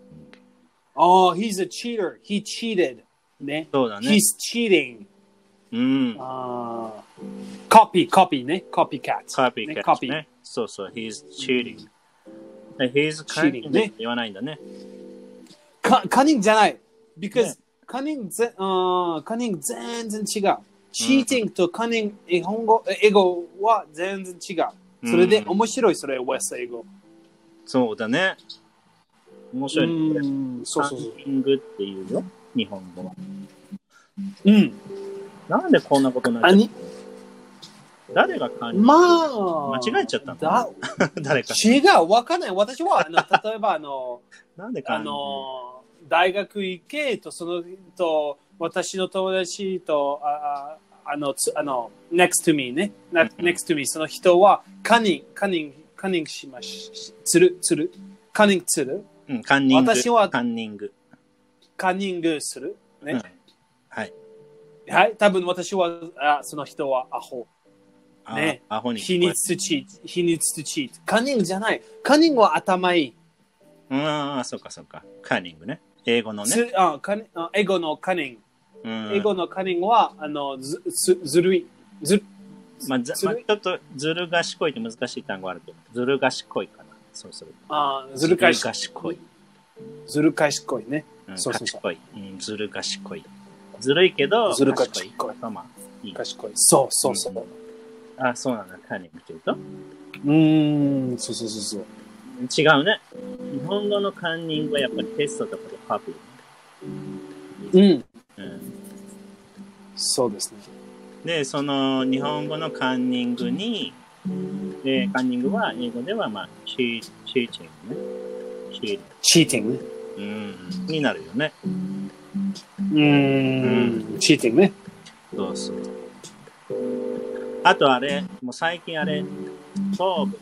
A: Oh, he's a cheater. He cheated. ね。
B: そうだね。
A: He's cheating.
B: うん。
A: あー copy, copy ね。copycat.
B: カーピーキャッチ
A: ね
B: ね。そうそう。He's cheating. He's
A: Cheating
B: cunning
A: ね
B: って言わないんだね。
A: かカニングじゃない。because、
B: ね
A: カニングぜ、あーカニング全然違う。cheating とカニング、日本語、英語は全然違う。それで
B: うん
A: 面白い、それ、ウェス英語。
B: そうだね。面
A: う
B: 白いね。これ
A: ん。そうそうそう
B: ハンティングっていうよ、日本語は。。
A: うん。
B: なんでこんなことになっちゃったの誰が管理
A: [LAUGHS] まあ。
B: 間違えちゃったの
A: だ
B: 誰か。
A: 違う、わかんない。私は、
B: [LAUGHS]
A: あの、例えば、あの、
B: なんで
A: あ
B: 管理
A: の、大学行けと、その、と、私の友達と、あああの、つあの、next to me ね。な
B: うん
A: next to me。その人は、カニング、カニング、カニングしまし、する、する。カニングする。
B: うん、カンニング。
A: 私は
B: カンニング。
A: カニングする。ね。
B: うんはい。
A: はい、多分私は、あその人はアホ。
B: あ
A: ね
B: アホに
A: 秘
B: 聞こえ
A: 密とチート、秘密とチート。カニングじゃない。カニングは頭いい。
B: うんああ、そうかそうか。カンニングね。英語のね。
A: つあカニあエゴのカニング。
B: うん
A: エゴのカニングは、あの、ずずずるい。ず
B: まあ、ざ
A: ず
B: まあ、
A: るい
B: ちょっとずる賢いって難しい単語あるけど、ずる賢いかな。そうする。
A: あずる賢い。
B: 賢い。
A: ずる賢いね。
B: うん、
A: そうそうそう
B: 賢い、うん。ずる賢い。ずるいけど、
A: ずる賢い
B: まあまあ、いい。
A: 賢い。そうそうそう。
B: あ、そうなんだ。カンニングって言うと。
A: うーん、そうそうそうそう。
B: 違うね。日本語のカンニングはやっぱりテストとかでパブ
A: うん、
B: うん。
A: そうですね。
B: で、その日本語のカンニングに、で、カンニングは英語ではまあ、チー、チーチングね。チー
A: チーティングね。
B: うん。になるよね。
A: うーん、チーティングね。
B: そうそう。あとあれ、もう最近あれ、ストーブ、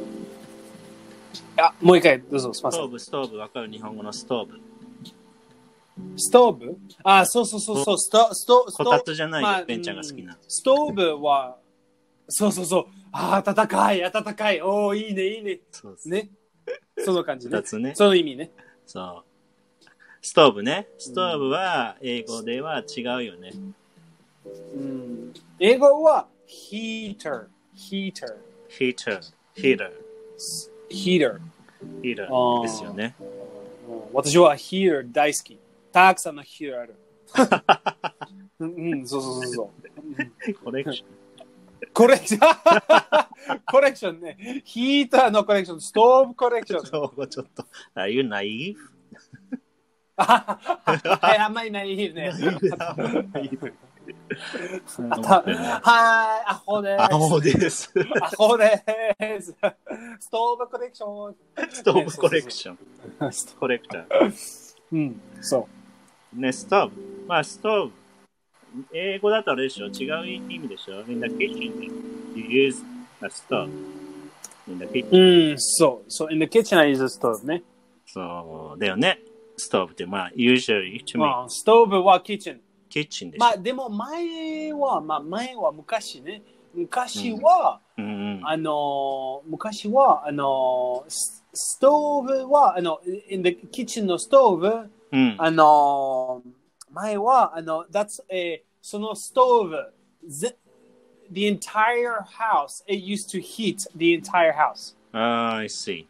A: あ、もう一回、どうぞ、すみま
B: ス
A: せん
B: トー。ブ、ストーブ、わかる日本語のストーブ。
A: ストーブあ、そうそうそうそう、スト、スト、ス
B: こ
A: ト
B: たつじゃないよ、
A: まあ
B: ベンちゃんが好きな
A: う。ストーブは、そうそうそう、あー暖かい、暖かい、おーいいね、いいね、
B: そうそう。
A: ね。その感じ
B: こ
A: ね
B: た。つね。
A: その意味ね。
B: そう。ストーブね。ストーブは英語では違うよね。
A: うん、英語は、heater, heater,
B: heater, heater,
A: heater。
B: heater
A: あー
B: ですよね。
A: うん私は heater 大好き。たくさんの heater ある。うん、うんそうそうそうそう。うん
B: コレクション。
A: コレクションコレクションね。ヒーターのコレクション、ストーブコレクション。
B: ちょっと、ちょっと、are you naive?
A: はい、あんまりないね。はい、アホです。
B: アホです。
A: アホです。ストーブコレクショ
B: ストーブコレクション。
A: ン。
B: コレクター。
A: うん、そ
B: ね、ストーブ。まあ、ストーブ。英語だとあれでしょ違う意味でしょみんな kitchen で。You use a stove. みんな kitchen.
A: う。うん、そう。そう、in Hmm, the kitchen I use a stove ね。
B: そう、だよね。ストーブって、まあ、usually to me,
A: まあ、ストーブはキッチン。
B: kitchen でしょ
A: まあ、でも前は、まあ、前は昔ね。昔は、
B: うんうん。
A: あのー、昔は、あのー、スストーブは、あの、in the kitchen のストーブ、
B: うん。
A: あのー前は、あの、that's a, そのストーブ、the, the entire house, it used to heat the entire house.
B: Ah, I see.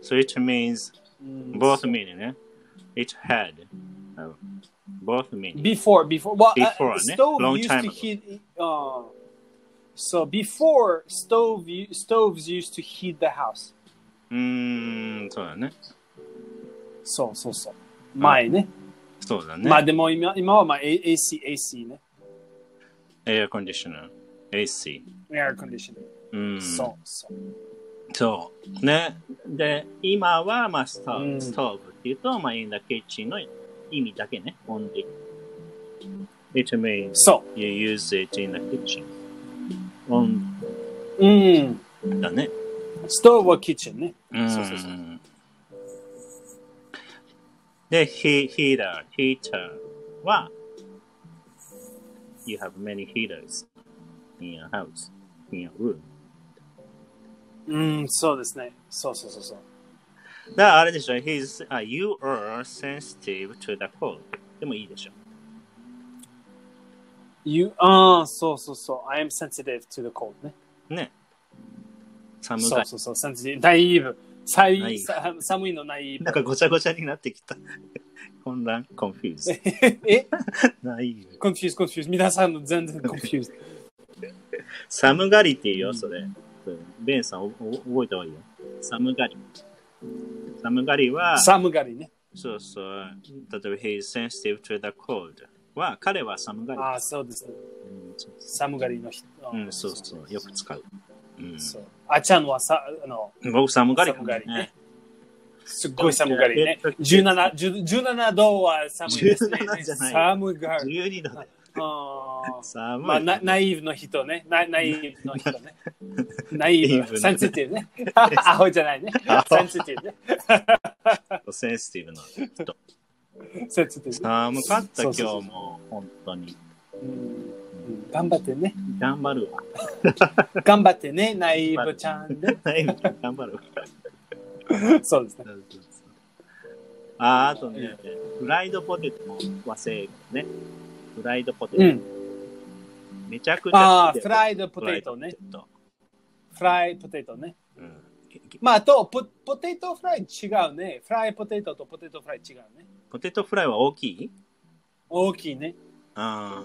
B: So it means
A: うん
B: both meaning, eh? It had uh, both meaning.
A: Before, before, well,
B: Before,
A: uh,
B: ね
A: stove
B: Long
A: used
B: time
A: to
B: ago.
A: heat, uh, so before stove, u- stoves used to heat the house.
B: うーん、そうだね。
A: そうそう
B: Ah,
A: そう。前ね。
B: そうだね。
A: まあでも今今はまあ A- AC、AC ね。
B: エアコンディショナー、AC。
A: Air conditioning。
B: うん。
A: そうそう。
B: そう。ね。で、今は、まあ、ストー
A: う
B: ブ、
A: ん
B: ストーブっていうと、まあ、in the kitchen の意味だけね。only. It means
A: そ
B: you use it in the kitchen. on
A: う。うん。
B: だね。
A: ストーブはキッチンね。
B: そ
A: そう
B: そ
A: うそうう
B: そ。
A: そううん
B: で、ヒヒーター、ヒーターは、You have many heaters in your house, in your room.
A: うん、そうですね。そうそうそうそう。
B: だからあれでしょ、He's, あ You are sensitive to the cold. でもいいでしょ。
A: You, ah, ああ、そうそうそう。I am sensitive to the cold ね。
B: ね。寒
A: そ
B: が
A: う
B: い。
A: そうそう。sensitive. ナイーブ。さい
B: ナイーブ
A: さ寒いのナ [LAUGHS] イー
B: なん
A: ブ。
B: かごちゃごちゃになってきた。 [LAUGHS] 混乱、confused.
A: え
B: ないよ。
A: Eh? ?confused, confused. 皆さんの全然 confused.
B: 寒がりって言うよ、それ。ベンさん、おお覚えた方がいいよ。寒がり。寒がりは、
A: 寒がりね。
B: そうそう。例えば、he's sensitive to the cold は、彼は寒がり。
A: ああ、そうです。
B: うんそう
A: 寒がりの人。
B: うん、そうそう。よく使う。うん、
A: そう。あちゃんはさ、あの、
B: 僕、寒がりかも
A: 寒がり
B: ね
A: ね。すっごい寒がりね。17, 10 17度は寒いですね。
B: 17じゃない
A: 寒がり。
B: 12度だよ。
A: あー
B: 寒い。
A: まあ、なナイーブの人ね。ナナイーブの人
B: [LAUGHS]
A: ね。
B: ナ
A: ナイ
B: イー
A: ー
B: ブ
A: ブ。
B: ね
A: サンシティ
B: [LAUGHS]
A: ブね。アホじゃないね。サンシティブね。
B: センシティブな人。
A: サンシティブ。
B: 寒かった、今日
A: そうそうそう
B: も。本当に。
A: うんうん頑張ってね。
B: 頑張
A: [LAUGHS]
B: るわ。
A: 頑張ってね、ナイーブちゃんで。
B: 頑張るわ。
A: そうですね。
B: そうそうそうああ、あとね、フライドポテトも和製英語ね。フライドポテト。
A: うん。
B: めちゃくちゃ
A: あ
B: 好き
A: あ、フ
B: だよ。
A: ライドポテトね。
B: フライドポ
A: フライドポテトね。
B: テト。うんけけ
A: まあ、あとポ、ポテトフライ違うね。フライポテトとポテトフライ違うね。
B: ポテトフライは大きい
A: 大きいね。
B: あ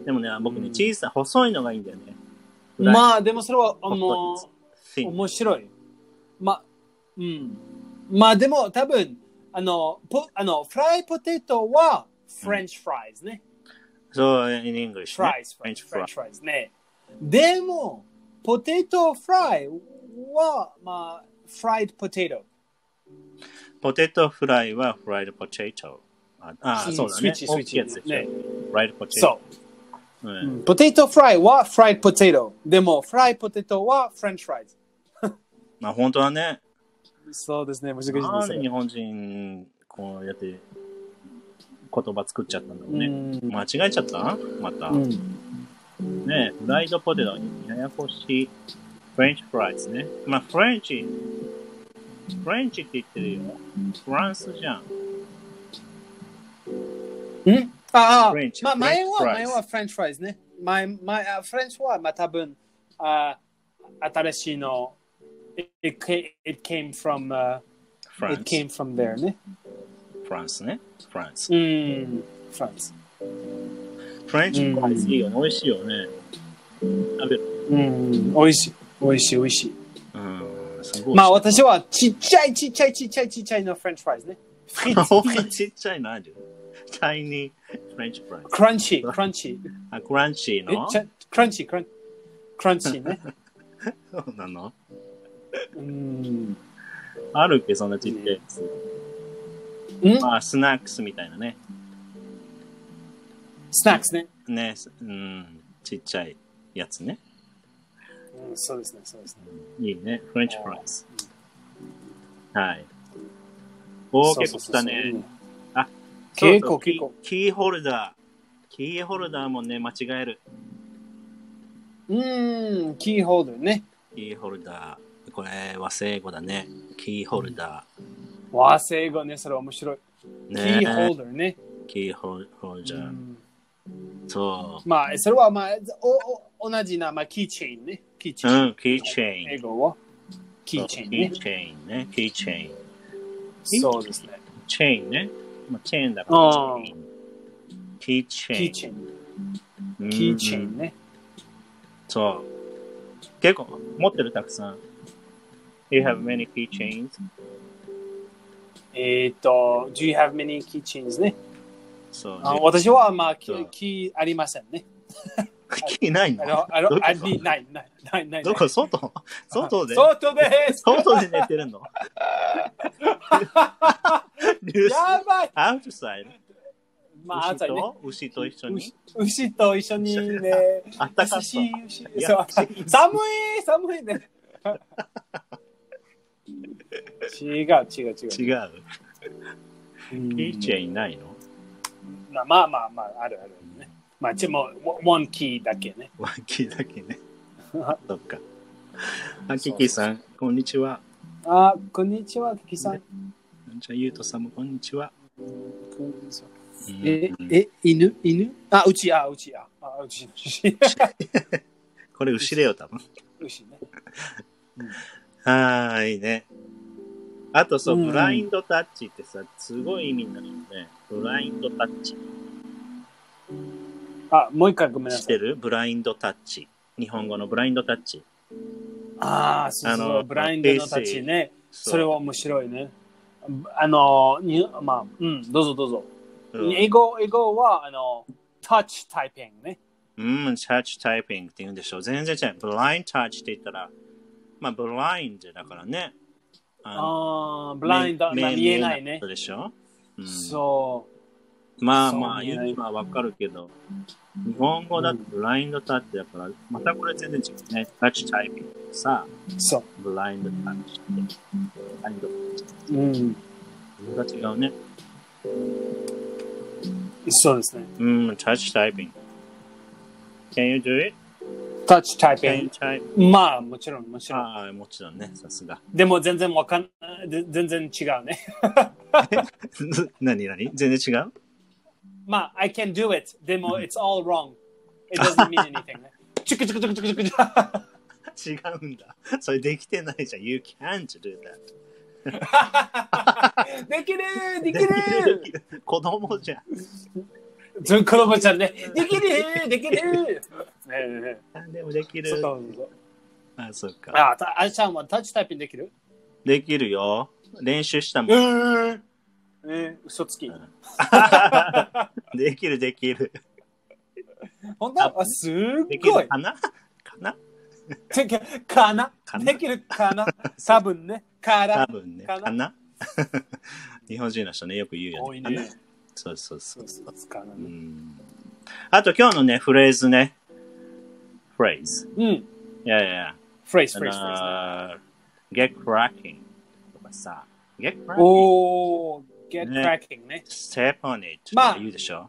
B: ーでもね、僕ね、
A: うん
B: 小さい、細いのがいいんだよね。あ、
A: まあ、でもそれは、あの、
B: thin
A: 面白い。ま、うん。まあでも多分、あの、ポあのフライポテトはフレンチフライズね。
B: そう、in English、
A: フラ
B: ね
A: イ。ズ、
B: French fries
A: フレンチフライズね。でも、ポテトフライは、まあ、フライドポテト。
B: ポテトフライはフライドポテト。ああー、
A: うん
B: そうだ
A: スイ
B: ね
A: ッ。チ
B: 大きいやつでしょ。
A: ね
B: フライドポテト。
A: そ
B: そう。
A: う。うんポテトフライはフライドポテト。でも、フライポテトはフレンチフライズ。
B: まあ、本当はね、
A: そうですね、難しいで
B: なん
A: す
B: で
A: ね
B: 日本人、こうやって言葉作っちゃったんだろう
A: う
B: ね。
A: ん
B: 間違えちゃったまた。
A: うん
B: ね、フライドポテトにややこしいフレンチフライズね。まあ、フレンチ、フレンチって言ってるよ。フランスじゃん。
A: んああ、
B: フレンチ
A: まあ前は
B: French fries
A: 前はフレンチフライズね。前前あフレンチはまあ多分あ新しいの。It, it, came- it came from、uh,
B: フラン
A: it
B: ス。
A: came from there ね。
B: フランスね。フランス
A: う。ん。フランス。
B: フレンチフライズいいよね。美味しいよね。食べる。
A: うん。美味しい。美味しい美味しい。
B: うん、すごい。
A: ま
B: [LAUGHS]
A: あ私はちっちゃいちっちゃいちっちゃいちっちゃいのフレンチフライズね。フリッツ
B: 顔がちっちゃいのあるよ。tiny French fries。
A: クランチークランチー。
B: あ、クランチー
A: え
B: の
A: ちゃクランチークランクランチーね。
B: そうなの [LAUGHS]
A: うん。
B: あるっけ、そんなちっちゃいやつ。
A: ん
B: まあ、スナックスみたいなね。
A: スナックスね。
B: ね、すうん、ちっちゃいやつね。
A: うん、そうですねそうですね。
B: いいね、フレンチフライズ。はい。おー、結構来た
A: そうそう
B: ね
A: そう。。
B: あ、
A: 結
B: そうそ
A: 構
B: うキー
A: 結構。
B: キーホルダー。キーホルダーもね、間違える。
A: うーん、キーホルダーね。
B: キーホルダー。これ、和製英語だね。キーホルダ
A: 和製英語ね、それ面白い。
B: ー。
A: キ
B: ね、
A: ーホルダーね。
B: キーホル
A: う
B: ダー。
A: ん
B: そ
A: まあ、それはまあ、おお同じな、まあ、キーチェーンね。キーチ
B: う。
A: ェーン。
B: うん、キーチェー
A: 英
B: ン。
A: 語はキ
B: そ
A: ー
B: う
A: チ
B: キ
A: ェーン
B: ー。チェーンね。
A: ね
B: キーチェーン。チェーン
A: そうですね。
B: チェーンね。まあ、チェーンだから。チ
A: あー
B: ェーンキーチ
A: キ
B: ェーン。
A: ーチェーン。
B: うん
A: キーチェーンね。
B: そう。結構持ってるたくさん。You have many keychains?
A: えっと、Do you have many keychains ね。
B: そう、
A: あ私はまあ、キ
B: そう
A: ーキーありませんね。
B: [LAUGHS] キーない
A: あ
B: の
A: の、あの
B: どこ、
A: ありない、ない、ない、ない。
B: どこ外外で
A: 外です
B: 外で寝て
A: [LAUGHS]
B: るの [LAUGHS] 流水
A: やばい
B: アウトサイド
A: まあ、あ
B: 牛
A: とね。
B: と牛と一緒に
A: 牛牛と一緒にね、
B: あったかそ
A: 優し
B: う
A: い牛
B: いや
A: そう
B: いや
A: 寒い寒いね。違う違う違う。
B: 違う
A: う
B: キ
A: ん
B: ーチェーンないの
A: まあまあまあ、まあ、あるあるね。まあ、ちょもう、ワンキーだけね。
B: ワンキーだけ [LAUGHS] ねそっかあキキさんこんにちは
A: あ、こんにちは、キキさん。
B: じゃあゆうとさんもこんにちは、
A: こんにちは
B: うん
A: え、え、犬犬あ、うち、あ、うち、あ、あうち、牛。
B: これ牛だよ多分
A: [LAUGHS] 牛ね。
B: はーいね。あとそう、
A: うん
B: ブラインドタッチってさ、すごい意味になるよね。ブラインドタッチ。
A: あ、もう一回ごめんな
B: 知っ
A: さ
B: て。
A: い
B: るブラインドタッチ。日本語のブラインドタッチ。
A: ああ、そう
B: あ
A: そ
B: の
A: う、ブラインドのたちね。それは面白いね。あの、にまあ、うん、どうぞどうぞ。
B: うん
A: 英語、英語は、あの、touch typing ね。
B: うん、タッチタイピングって言うんでしょう。全然違う。ブラインドタッチって言ったら、まあ、ブラインドだからね。あ
A: あー、
B: の
A: ブラインド、
B: 目
A: まあ見えない
B: 見
A: ね
B: こ。とでしょ、うん、
A: そ
B: まあまあ、
A: そうね
B: 言うのはわかるけど、日本語だとブラインドタッチだから、またこれ全然違うね。タッチタイピングってさ、
A: う、そ
B: ブラインドタッチって、ブラインド
A: う。うん、
B: が違うね。
A: そうですね。
B: うん、タッチタイピング。Can you do it?
A: touch
B: Can you
A: typing。
B: type?
A: まあ、もちろん、もちろん。
B: ああ、もちろんね、さすが。 [LAUGHS]
A: でも全然わかん、で全然違うね。
B: 何何全然違う
A: まあ、I can do it。でも、it's all wrong。It doesn't mean anything ね。チュクチュクチュクチュクチュク。
B: 違うんだ。それできてないじゃん。You can't do that.
A: できるでき
B: できる
A: る
B: できる子供じゃん。
A: ずんころぼちゃんね。できるできるね
B: 何でもでき
A: えそ
B: る
A: う。そうそう
B: あ、そっか。
A: あ、たあいちゃんはタッチタイピングできる
B: できるよ。練習したもん。
A: うん。ね嘘つき。
B: [LAUGHS] できるできる。
A: 本当あ、すっ
B: でき
A: ご
B: る
A: い
B: かなかな
A: てかかな
B: かな
A: できるかな多分ね。から
B: 多。分ね。
A: かな
B: かな [LAUGHS] 日本人の人ね、よく言うよ
A: 多い
B: ね。
A: ね
B: かなそうそうそう
A: そ。うそうそうかな
B: うんあと今日のね、フレーズね。フレーズ。
A: うん。
B: いやいやいや。
A: フレー
B: あ
A: ズ、フレーズ、フレーズ。
B: のー get cracking とかさ、get cracking,
A: おー、get
B: ね
A: cracking ね。
B: step on it と
A: まあ
B: か言うでしょ。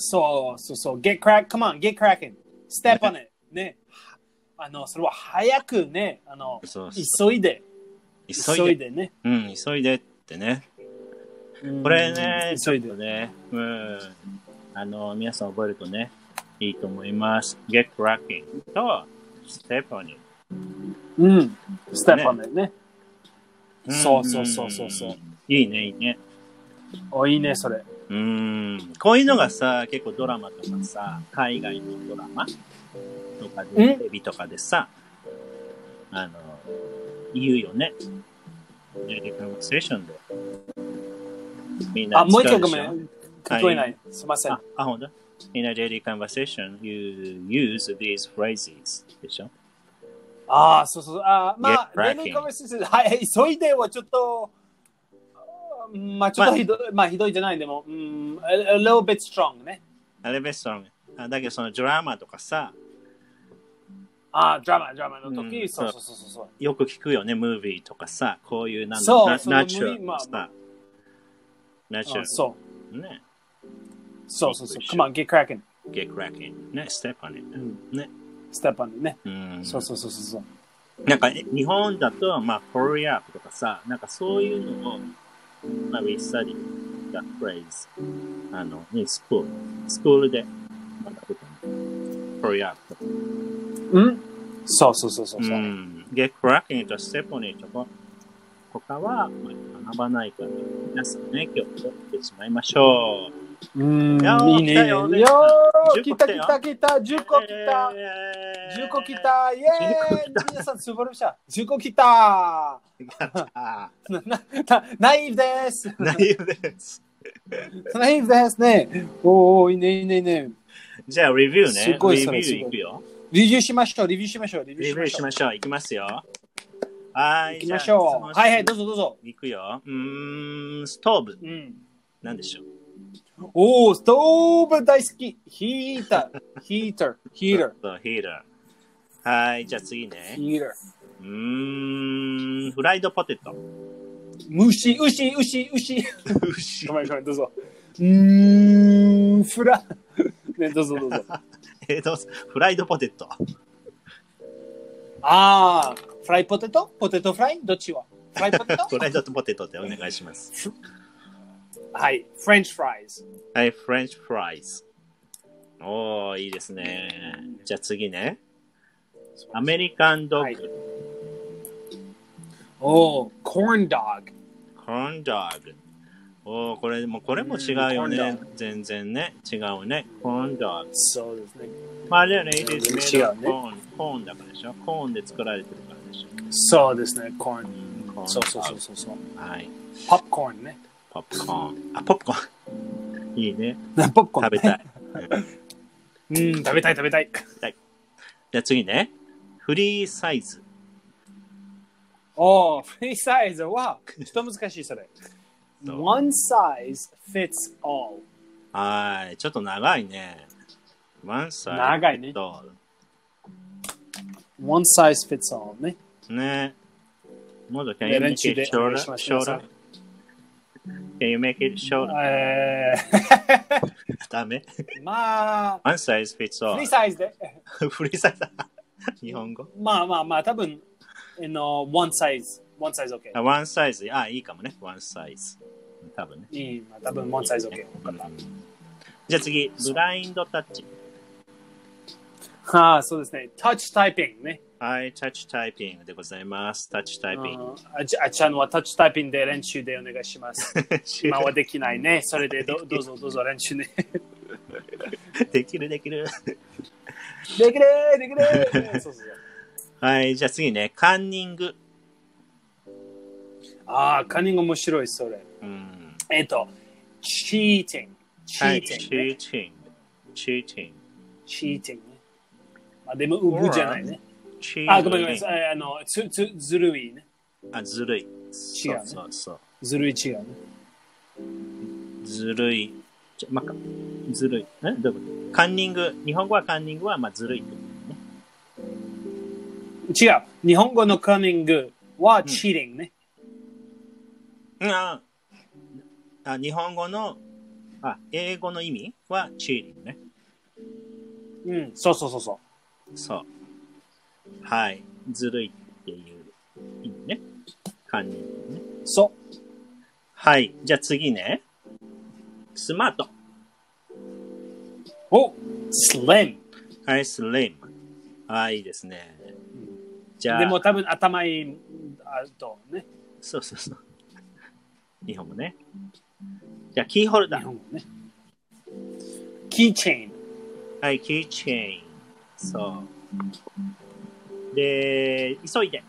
A: そうそうそう、get crack, come on, get cracking, step on it. ね。あの、それは早くね、あの、
B: そうそ
A: 急いで、
B: う
A: 急
B: 急
A: い
B: いで。
A: でね。
B: うん、急いでってね。これね
A: う、ん
B: ち
A: 急
B: ょ
A: い
B: っ
A: で
B: と。ね、うん。あの、皆さん覚えるとね、いいと思います。get cracking と step on it。
A: うん、step on it ね。
B: ん
A: そうそうそうそうそう。
B: いいね、いいね。
A: お、いいね、それ。
B: うん。こういうのがさ、結構ドラマとかさ、海外のドラマとかで、
A: うん
B: テレビとかでさ、あの、言うよね。デリカンセーションで。みんな
A: あ、もう一
B: 使
A: 回
B: で
A: ご
B: しょ
A: めん。聞こえない。すいません
B: あ。、あ、ほんと In a daily conversation, you use these phrases でしょ
A: ああ、そうそう。あーまあ、
B: Get cracking
A: レミコメスはい、急いではちょっと、あーまあ、ちょっとひどい、まあ、ひどいじゃない、でも、うん、a a little bit strong ね。
B: あれベストなのあだけどそのドラマとかさ、
A: ああ、ドラマ、ドラマの
B: う
A: 時、
B: ん
A: そうそうそうそうそう。
B: よく聞くよね、ムービーとかさ、こういうなん
A: そう
B: ナ
A: その
B: ナチュラル
A: ムー
B: な
A: ビーまあ
B: さ、ナチュ
A: あそう。
B: ラルね。
A: そうそうそう。
B: 一緒
A: Come on, get cracking.
B: get cracking ね、step on it ね。
A: ステップンね。
B: うん。
A: そうそうそうそう。
B: なんか、え日本だと、まあ、hurry up とかさ、なんかそういうのを、まあ、we study that phrase, あの、in school. スクールで学ぶと思う。hurry up とか。。
A: うんそうそうそうそうう。うん
B: get cracking と step on it とか、他は、まあ、学ばないから、皆さんね、今日取ってしまいましょう。
A: ん。
B: やー
A: いいね。
B: 来たよ
A: いいねよー
B: 10
A: 来
B: 個来
A: た
B: たよ
A: 来た来た !10 個来た
B: えー
A: !10 個来
B: [LAUGHS]
A: たイェーイ皆さん、素晴らしい。10個来た
B: あ
A: なななナイフです
B: ー、内容です。
A: ナイフですねおーおー、いいね、いいね、いいね。
B: じゃあ、レビューね。
A: すごい
B: レ
A: それ
B: ビュ
A: す
B: ー
A: ごい
B: いくよ。
A: レビューしましょう、レビューしましょう、レビュ
B: レ
A: ー
B: ビューし
A: しま
B: ま
A: し
B: しょう。いきますよ。は
A: ょう。
B: い。
A: 行きましょう。はいはい、どう
B: ぞ。
A: ぞどうぞ。
B: いくよ。うーん、ストーブ。
A: うん。
B: なんでしょう。
A: おー、ストーブ大好きヒーター、ヒーター、ヒーター。
B: そうヒーター。はい。じゃあ次ね。
A: ヒーター。
B: うーん、フライドポテト。
A: 虫、牛、牛、牛。
B: 牛
A: ごめんご [LAUGHS] めん、どうぞ。うーん、フラ。ね、どうぞどうぞ。
B: [LAUGHS] えーと、フライドポテト。
A: あー、フライポテトポテトフライどっちはフ [LAUGHS] ライポテト
B: フライドポテトでお願いします。
A: はい、フレンチフライズ。
B: はい、フレンチフライズ。おー、いいですね。じゃあ次ね。アメリカンドッグ。
A: おー、コーンドッグ。
B: コーンドッグ。おーこれも、これも違うよ
A: うん
B: ね
A: コーンドッ。
B: 全然ね。違うね。コーンドッグ。
A: そうですね。
B: まあ、あれはね、it is
A: 違
B: made
A: う
B: of
A: ね
B: corn. コーンだからでしょ。コーンで作られてるからでしょ。
A: そうですね、コーン。
B: うんココーン。
A: そうそうそうそうそう。
B: はい。
A: ポップコーン [LAUGHS] ね。
B: ポップコーン。あ、ポップコーン。いいね。
A: なポップコーン
B: 食べた
A: [LAUGHS]
B: い。
A: い。うん、食べたい食べたい。
B: じゃあ次ね。フリーサイズ。
A: おー、フリーサイズは、ちょっと難しいそれ。
B: そう
A: One size fits all。
B: はい。ちょっと長いね。ワンサイズ。
A: 長いね
B: と
A: One size fits all ね。
B: ね。もっと、can you
A: ね
B: make
A: 練習
B: it
A: でお願いし
B: shorter?
A: ます
B: shorter? Can you make it shorter?
A: [LAUGHS] え
B: ダメ。
A: ー、まあ、
B: ワンサイズフィッツオ
A: フリーサイズで。
B: ー。フリーサイズ。 [LAUGHS] 日本語。
A: まあまあまあ、多分、あの、one size。one size OK。
B: あワンサイズ。あ、いいかもね。ワンサイズ。多分ね。
A: いい、まあ、多分 one size
B: いい
A: OK
B: ね。じゃあ次、ブラインドタッチ。
A: はあ、そうですね。touch typing ね。
B: はい、タッチタイピングでございます。タッチタイピング。
A: うんあちあちゃんはタッチタイピングで練習でお願いします。
B: [LAUGHS]
A: 今はできないね。それでどどうぞどうぞ練習ね。
B: できるできる。
A: できるできるそうそうそう
B: はい、じゃあ次ね、カンニング。
A: ああ、カンニング面白い、それ。
B: うん。
A: えっと、cheating。
B: はい、
A: cheating、
B: チ
A: ね
B: ーティング。チーティング。
A: cheating ね。まあ、でも、うぶじゃないね。
B: チー
A: あ、ごめんごめん。ああの、つ、つ、ずるいね。
B: あ、ずるい。
A: う
B: そ
A: ね
B: うそうそう。
A: ずるい違うね。
B: ずるい。ちょまあ、かずるい。えどういうことカンニング。日本語はカンニングは、まあ、ずるいってことね。
A: 違う。日本語のカンニングは cheating ね。
B: うん、ああ日本語の、あ、英語の意味はチーリングね。
A: うん、そうそうそうそう。
B: そう。はい。ずるいっていう意味ね。カンニングね。
A: そ
B: はい。じゃあ次ね。スマート。
A: う。お slim。
B: はい、スレイム。あ、いいですね。じゃあ、
A: でも多分頭いいあとね。
B: そうそうそう。日本もね。じゃあ、キーホルダ
A: 日
B: ー。
A: 本語ね。キーチェーン。
B: はい、キーチェーン。そう。で、急いで。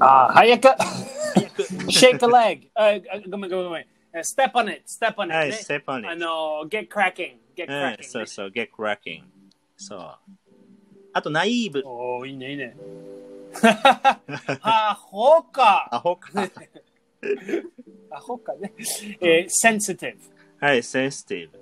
A: ああ、早く。
B: 早く。
A: [LAUGHS] shake a leg. ああごめんごめんごめん。え step on it, step on it ね。
B: はい、ステパネ
A: あ。の、get cracking, get
B: うん
A: cracking、ね。
B: そうそう、get cracking。そう。あと、ナイーブ。
A: おーいいねいいね。アホか。
B: アホか。
A: アホかね。えー、sensitive。
B: はい、センシティブ。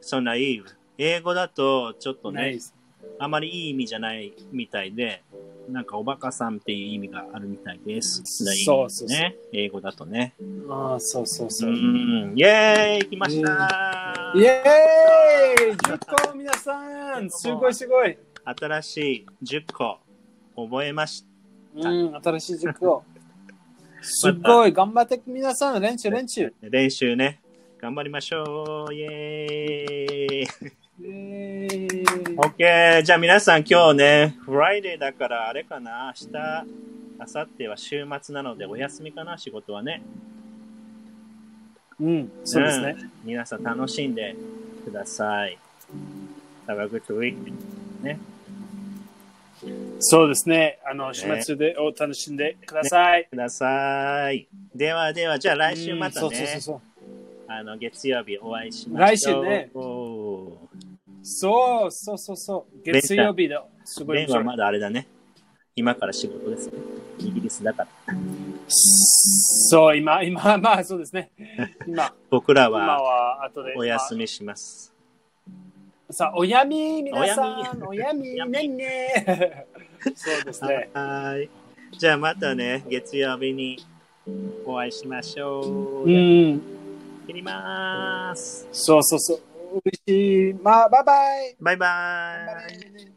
B: そう、ナイーブ。英語だと、ちょっと
A: ナ
B: ね
A: イ、ス
B: あまりいい意味じゃないみたいで、なんかおバカさんっていう意味があるみたいです。
A: そうそうそう
B: ね。英語だとね。
A: ああ、そうそう
B: う
A: そう。
B: ん。イェーイ来ました
A: イエーイ10個皆さんすごいすごい、
B: 新しい10個覚えまし
A: うん、新しい10個。すごい頑張って皆さん練習練習。
B: た。練習ね。頑張りましょうイェーイ
A: イエーイ
B: オッケーじゃあ皆さん今日ね、フライデーだからあれかな明日、明後日は週末なのでお休みかな仕事はね。
A: うん、そうですね。
B: 皆さん楽しんでください。Have a good week.
A: そうですね。あの、
B: ね
A: 週末でお楽しんでください。
B: ください。ではでは、じゃあ来週また
A: うんそうそうそ
B: ね
A: う、そう。
B: あの月曜日お会いしましょう。
A: 来週ね
B: おー。
A: そうそうそうそう。月曜日だ。すご
B: ベ
A: い
B: ンはまだあれだね。今から仕事ですね。イギリスだから。
A: そう、今、今、まあそうです
B: [LAUGHS]
A: ね。今、
B: 僕ら
A: 今
B: は
A: は後で。
B: お休
A: ま
B: みします。
A: あさあ、おやみ、皆さん、おやみ、
B: おやみ
A: ねんね。 [LAUGHS] そうですね。
B: はい。じゃあまたね、月曜日にお会いしましょう。
A: う
B: や
A: ん、
B: ってきます。
A: そうそうそう。嬉しい。まあ、バイバイ。
B: バイバイ。
A: バイバイ